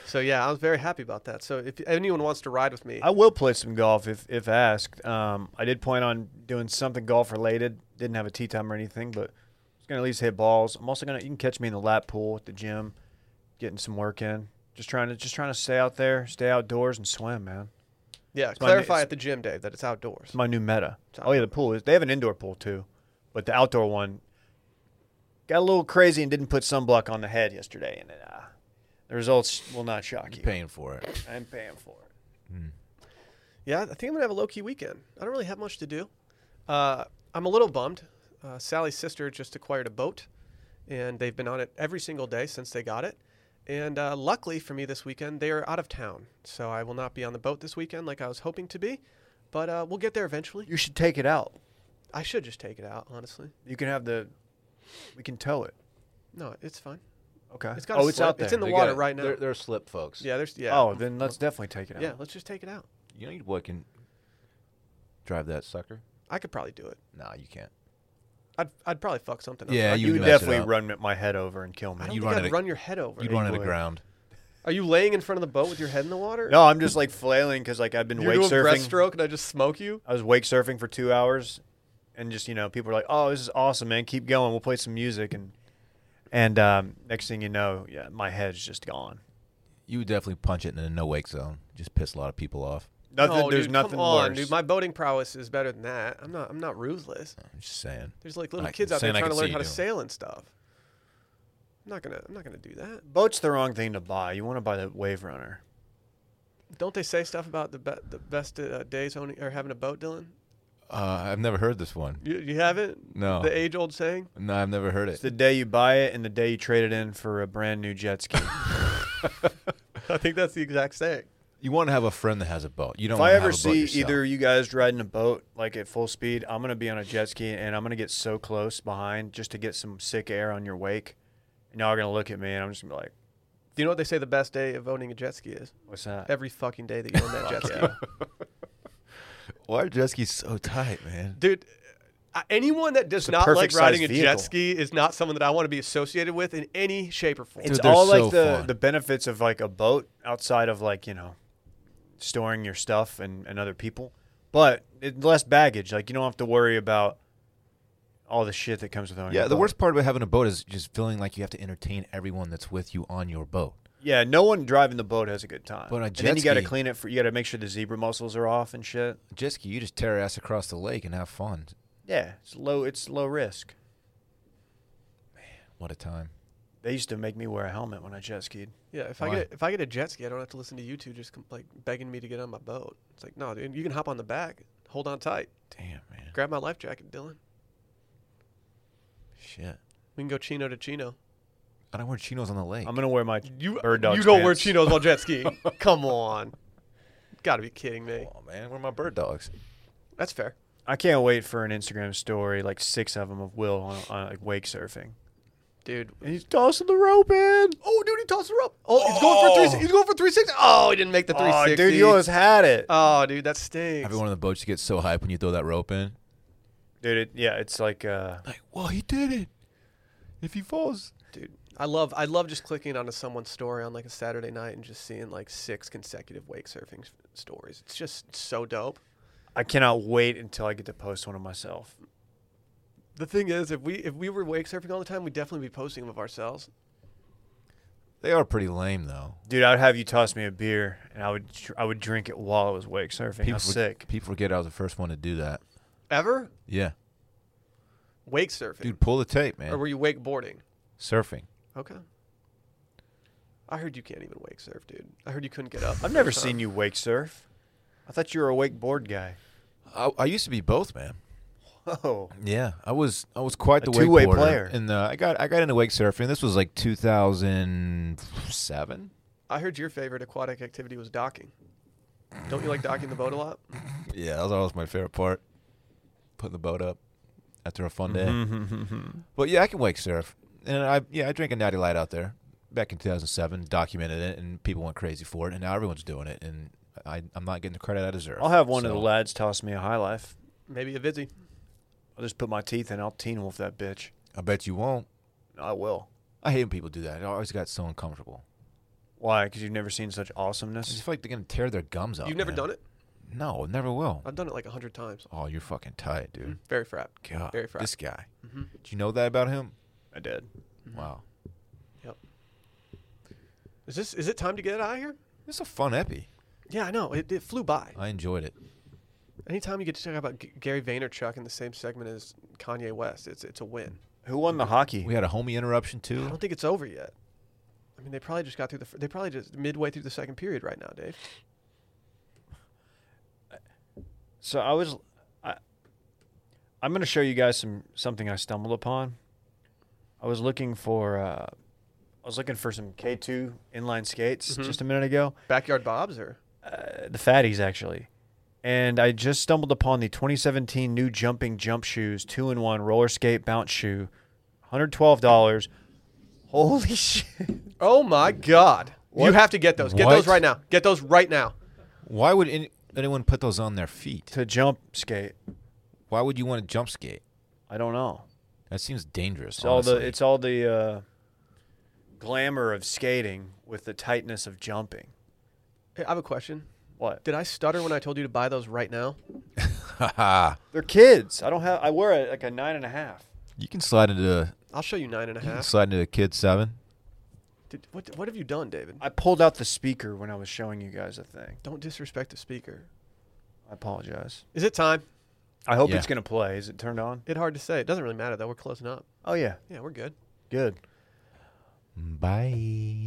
[SPEAKER 1] so yeah, I was very happy about that. So if anyone wants to ride with me,
[SPEAKER 2] I will play some golf if if asked. Um, I did plan on doing something golf related. Didn't have a tee time or anything, but I was gonna at least hit balls. I'm also gonna you can catch me in the lap pool at the gym, getting some work in. Just trying to just trying to stay out there, stay outdoors and swim, man.
[SPEAKER 1] yeah,
[SPEAKER 2] my na-
[SPEAKER 1] clarify
[SPEAKER 2] it's-
[SPEAKER 1] at the gym, Dave, that it's outdoors.
[SPEAKER 2] It's my new meta. Oh yeah, the pool is. They have an indoor pool too, but the outdoor one got a little crazy and didn't put sunblock on the head yesterday, and uh, the results will not shock you.
[SPEAKER 3] Paying for it.
[SPEAKER 2] I'm paying for it.
[SPEAKER 1] Yeah, I think I'm gonna have a low key weekend. I don't really have much to do. Uh, I'm a little bummed. Uh, Sally's sister just acquired a boat, and they've been on it every single day since they got it. And uh, luckily for me, this weekend they are out of town, so I will not be on the boat this weekend like I was hoping to be. But uh, we'll get there eventually.
[SPEAKER 2] You should take it out.
[SPEAKER 1] I should just take it out, honestly.
[SPEAKER 2] You can have the. We can tow it.
[SPEAKER 1] No, it's fine.
[SPEAKER 2] Okay.
[SPEAKER 1] It's got a
[SPEAKER 2] oh, it's
[SPEAKER 1] slip.
[SPEAKER 2] out there.
[SPEAKER 1] It's in the
[SPEAKER 3] They
[SPEAKER 1] water
[SPEAKER 3] got it.
[SPEAKER 1] right now.
[SPEAKER 3] They're, they're slip folks.
[SPEAKER 1] Yeah, there's yeah.
[SPEAKER 2] Oh, then let's definitely take it out.
[SPEAKER 1] yeah. Let's just take it out.
[SPEAKER 3] You know, you boy can drive that sucker.
[SPEAKER 1] I could probably do it.
[SPEAKER 3] Nah, you can't.
[SPEAKER 1] I'd, I'd probably fuck something up.
[SPEAKER 3] Yeah,
[SPEAKER 1] I
[SPEAKER 2] You,
[SPEAKER 3] You
[SPEAKER 2] would
[SPEAKER 3] mess it
[SPEAKER 2] definitely
[SPEAKER 3] up.
[SPEAKER 2] run my head over and kill
[SPEAKER 1] I
[SPEAKER 2] me.
[SPEAKER 1] don't
[SPEAKER 3] you'd
[SPEAKER 1] think
[SPEAKER 3] run
[SPEAKER 1] I'd
[SPEAKER 3] it-
[SPEAKER 1] run your head over.
[SPEAKER 3] You'd run
[SPEAKER 2] you
[SPEAKER 3] it
[SPEAKER 2] would.
[SPEAKER 3] aground.
[SPEAKER 1] Are you laying in front of the boat with your head in the water?
[SPEAKER 2] No, I'm just like flailing because like I've been
[SPEAKER 1] You're
[SPEAKER 2] wake
[SPEAKER 1] doing
[SPEAKER 2] surfing.
[SPEAKER 1] breaststroke, and I just smoke you.
[SPEAKER 2] I was wake surfing for two hours, and just you know, people were like, "Oh, this is awesome, man! Keep going. We'll play some music." And and um, next thing you know, yeah, my head's just gone.
[SPEAKER 3] You would definitely punch it in a no wake zone. Just piss a lot of people off.
[SPEAKER 2] Nothing.
[SPEAKER 1] No,
[SPEAKER 2] there's
[SPEAKER 1] dude,
[SPEAKER 2] nothing
[SPEAKER 1] come on,
[SPEAKER 2] worse.
[SPEAKER 1] dude. My boating prowess is better than that. I'm not. I'm not ruthless.
[SPEAKER 3] I'm just saying.
[SPEAKER 1] There's like little
[SPEAKER 3] I-
[SPEAKER 1] kids out there
[SPEAKER 3] Sam, I
[SPEAKER 1] trying
[SPEAKER 3] can
[SPEAKER 1] to
[SPEAKER 3] see
[SPEAKER 1] learn
[SPEAKER 3] you
[SPEAKER 1] how to
[SPEAKER 3] doing it.
[SPEAKER 1] sail and stuff. I'm not gonna. I'm not gonna do that.
[SPEAKER 2] Boat's the wrong thing to buy. You want to buy the wave runner.
[SPEAKER 1] Don't they say stuff about the be- the best uh, days owning or having a boat, Dylan?
[SPEAKER 3] Uh, I've never heard this one.
[SPEAKER 1] You, you haven't?
[SPEAKER 3] No.
[SPEAKER 1] The age old saying.
[SPEAKER 3] No, I've never heard
[SPEAKER 2] It's
[SPEAKER 3] it.
[SPEAKER 2] the day you buy it and the day you trade it in for a brand new jet ski. if
[SPEAKER 1] I think that's the exact saying.
[SPEAKER 3] You want to have a friend that has a boat. You don't.
[SPEAKER 2] I
[SPEAKER 3] wanna have
[SPEAKER 2] ever
[SPEAKER 3] a boat
[SPEAKER 2] see
[SPEAKER 3] yourself.
[SPEAKER 2] either of you guys riding a boat like at full speed, I'm gonna be on a jet ski and I'm gonna get so close behind just to get some sick air on your wake. And y'all are gonna look at me and I'm just gonna be like,
[SPEAKER 1] Do you know what they say the best day of owning a jet ski is?
[SPEAKER 2] "What's that?"
[SPEAKER 1] Every fucking day that you own that jet ski.
[SPEAKER 3] Why are jet skis so tight, man?
[SPEAKER 1] Dude, uh, anyone that does
[SPEAKER 2] It's a
[SPEAKER 1] not like
[SPEAKER 2] perfect
[SPEAKER 1] riding a
[SPEAKER 2] sized
[SPEAKER 1] jet
[SPEAKER 2] vehicle.
[SPEAKER 1] ski is not someone that I want to be associated with in any shape or form.
[SPEAKER 2] it's
[SPEAKER 3] they're
[SPEAKER 2] all
[SPEAKER 3] so
[SPEAKER 2] like the
[SPEAKER 3] fun.
[SPEAKER 2] the benefits of like a boat outside of like you know storing your stuff and, and other people but it, less baggage like you don't have to worry about all the shit that comes with owning
[SPEAKER 3] Yeah,
[SPEAKER 2] a
[SPEAKER 3] the
[SPEAKER 2] boat.
[SPEAKER 3] worst part about having a boat is just feeling like you have to entertain everyone that's with you on your boat.
[SPEAKER 2] yeah no one driving the boat has a good time
[SPEAKER 3] But on a
[SPEAKER 2] and then
[SPEAKER 3] jet
[SPEAKER 2] you gotta
[SPEAKER 3] ski-
[SPEAKER 2] clean it for you gotta make sure the zebra mussels are off and shit
[SPEAKER 3] Jet ski, you just tear ass across the lake and have fun.
[SPEAKER 2] yeah it's low it's low risk
[SPEAKER 3] What a time!
[SPEAKER 2] they used to make me wear a helmet when i jet skied
[SPEAKER 1] yeah, if I
[SPEAKER 3] Why?
[SPEAKER 1] get if I get a jet ski, I don't have to listen to you two just com- like begging me to get on my boat. It's like, no, dude, you can hop on the back, hold on tight,
[SPEAKER 3] Damn, man.
[SPEAKER 1] grab my life jacket, Dylan.
[SPEAKER 3] Shit.
[SPEAKER 1] We can go chino to chino.
[SPEAKER 3] I don't wear chinos on the lake.
[SPEAKER 2] i'm gonna wear my
[SPEAKER 1] You
[SPEAKER 2] bird dog
[SPEAKER 1] you don't wear
[SPEAKER 2] pants.
[SPEAKER 1] chinos while jet skiing. Come on, gotta be kidding me.
[SPEAKER 3] oh man, where are my bird dogs?
[SPEAKER 1] That's fair.
[SPEAKER 2] i can't wait for an instagram story like six of them of will on, on like wake surfing
[SPEAKER 1] Dude,
[SPEAKER 2] and he's tossing the rope in
[SPEAKER 1] Oh, dude, he tossed her up. Oh, he's going for three. He's going for three sixty. Oh, he didn't make the three sixty.
[SPEAKER 2] Oh, dude, you almost had it.
[SPEAKER 1] Oh, dude, that stinks.
[SPEAKER 3] Everyone on the boat just gets so hyped when you throw that rope in.
[SPEAKER 2] Dude, it, yeah, it's like uh,
[SPEAKER 3] Like, well, he did it. If he falls,
[SPEAKER 1] dude, I love, I love just clicking onto someone's story on like a Saturday night and just seeing like six consecutive wake surfing s- stories. It's just so dope.
[SPEAKER 2] I cannot wait until I get to post one of myself.
[SPEAKER 1] The thing is, if we if we were wake surfing all the time, we'd definitely be posting them of ourselves.
[SPEAKER 3] they are pretty lame though.
[SPEAKER 2] Dude, I'd have you toss me a beer, and I would dr- I would drink it while I was wake surfing. I
[SPEAKER 3] People
[SPEAKER 2] was
[SPEAKER 3] for-
[SPEAKER 2] sick.
[SPEAKER 3] People forget I was the first one to do that.
[SPEAKER 1] Ever
[SPEAKER 3] Yeah,
[SPEAKER 1] wake surfing,
[SPEAKER 3] dude, pull the tape,
[SPEAKER 1] or
[SPEAKER 3] man.
[SPEAKER 1] were you wakeboarding?
[SPEAKER 3] Surfing.
[SPEAKER 1] Okay. I heard you can't even wake surf, dude. I heard you couldn't get up.
[SPEAKER 2] I've never seen you wake surf. I thought you were a wakeboard guy.
[SPEAKER 3] I, I used to be both, man.
[SPEAKER 2] Oh,
[SPEAKER 3] Yeah, I was I was quite
[SPEAKER 2] A
[SPEAKER 3] the
[SPEAKER 2] two-way
[SPEAKER 3] wakeboarder,
[SPEAKER 2] player.
[SPEAKER 3] and uh, I got I got into wake surfing. This was like 2007.
[SPEAKER 1] I heard your favorite aquatic activity was docking. Don't you like docking the boat a lot?
[SPEAKER 3] Yeah, that was always my favorite part, putting the boat up after a fun
[SPEAKER 1] Mm-hmm.
[SPEAKER 3] day. but yeah, I can wake surf, and I yeah I drank a natty light out there back in 2007, documented it, and people went crazy for it, and now everyone's doing it, and I, I'm not getting the credit I deserve.
[SPEAKER 2] I'll have one of the
[SPEAKER 3] So,
[SPEAKER 2] lads toss me a high life.
[SPEAKER 1] Maybe a Vizzy.
[SPEAKER 2] I'll just put my teeth in. I'll teen wolf that bitch.
[SPEAKER 3] I bet you won't.
[SPEAKER 2] I will.
[SPEAKER 3] I hate when people do that. It always got so uncomfortable.
[SPEAKER 2] Why? Because you've never seen such
[SPEAKER 3] I just
[SPEAKER 2] awesomeness.
[SPEAKER 3] feel like they're gonna tear their gums
[SPEAKER 2] Oh,
[SPEAKER 3] out.
[SPEAKER 1] You've never
[SPEAKER 3] man.
[SPEAKER 1] done it?
[SPEAKER 3] No, never will.
[SPEAKER 1] I've done it like a hundred times.
[SPEAKER 3] Oh, you're fucking tight,
[SPEAKER 2] Mm.
[SPEAKER 3] dude.
[SPEAKER 1] Very frat.
[SPEAKER 3] God,
[SPEAKER 1] Mm-hmm. Very Mm-hmm. fried.
[SPEAKER 3] this guy. Do you know that about him?
[SPEAKER 2] I did.
[SPEAKER 1] Mm-hmm.
[SPEAKER 3] Wow,
[SPEAKER 1] Is this is it time to get out of here?
[SPEAKER 3] it's a fun epi.
[SPEAKER 1] Yeah, I know. It, it flew by.
[SPEAKER 3] I enjoyed it.
[SPEAKER 1] Anytime you get to talk about G- Gary Vaynerchuk in the same segment as Kanye West, it's it's a win.
[SPEAKER 2] Who won the hockey?
[SPEAKER 3] We had a homie interruption
[SPEAKER 1] I
[SPEAKER 3] too.
[SPEAKER 1] don't think it's over yet. I mean, they probably just got through the. fir- They probably just midway through the second period right now, Dave.
[SPEAKER 2] So I was, I, I'm going to show you guys some something I stumbled upon. I was looking for, uh, I was looking for some K2 inline skates just a minute ago.
[SPEAKER 1] Backyard Bob's or
[SPEAKER 2] Uh, the fatties actually, and I just stumbled upon the 2017 new jumping jump shoes, two in one roller skate bounce shoe, 112 dollars. Holy shit!
[SPEAKER 1] oh my God! You
[SPEAKER 2] What?
[SPEAKER 1] have to get those. Get
[SPEAKER 3] What?
[SPEAKER 1] those right now. Get those right now.
[SPEAKER 3] Why would any, anyone put those on their feet?
[SPEAKER 2] to jump skate,
[SPEAKER 3] Why would you want to jump skate?
[SPEAKER 2] I don't know.
[SPEAKER 3] That seems dangerous.
[SPEAKER 2] It's all the
[SPEAKER 3] honestly.
[SPEAKER 2] it's all the uh, glamour of skating with the tightness of jumping.
[SPEAKER 1] Hey, I have a question.
[SPEAKER 2] What?
[SPEAKER 1] Did I stutter when I told you to buy those right now?
[SPEAKER 3] Haha.
[SPEAKER 2] They're kids. I don't have. I wear a, like a nine and a half.
[SPEAKER 3] you can slide into
[SPEAKER 1] I'll show you nine and a
[SPEAKER 3] you can
[SPEAKER 1] half.
[SPEAKER 3] slide into a kid seven.
[SPEAKER 1] Did, what what have you done, David?
[SPEAKER 2] I pulled out the speaker when I was showing you guys the thing.
[SPEAKER 1] Don't disrespect the speaker.
[SPEAKER 2] I apologize.
[SPEAKER 1] Is it time?
[SPEAKER 2] I hope
[SPEAKER 3] Yeah.
[SPEAKER 2] it's gonna play. Is it turned on?
[SPEAKER 1] It hard to say. It doesn't really matter though. We're closing up.
[SPEAKER 2] Oh yeah,
[SPEAKER 1] Yeah, we're good.
[SPEAKER 2] good.
[SPEAKER 3] Bye.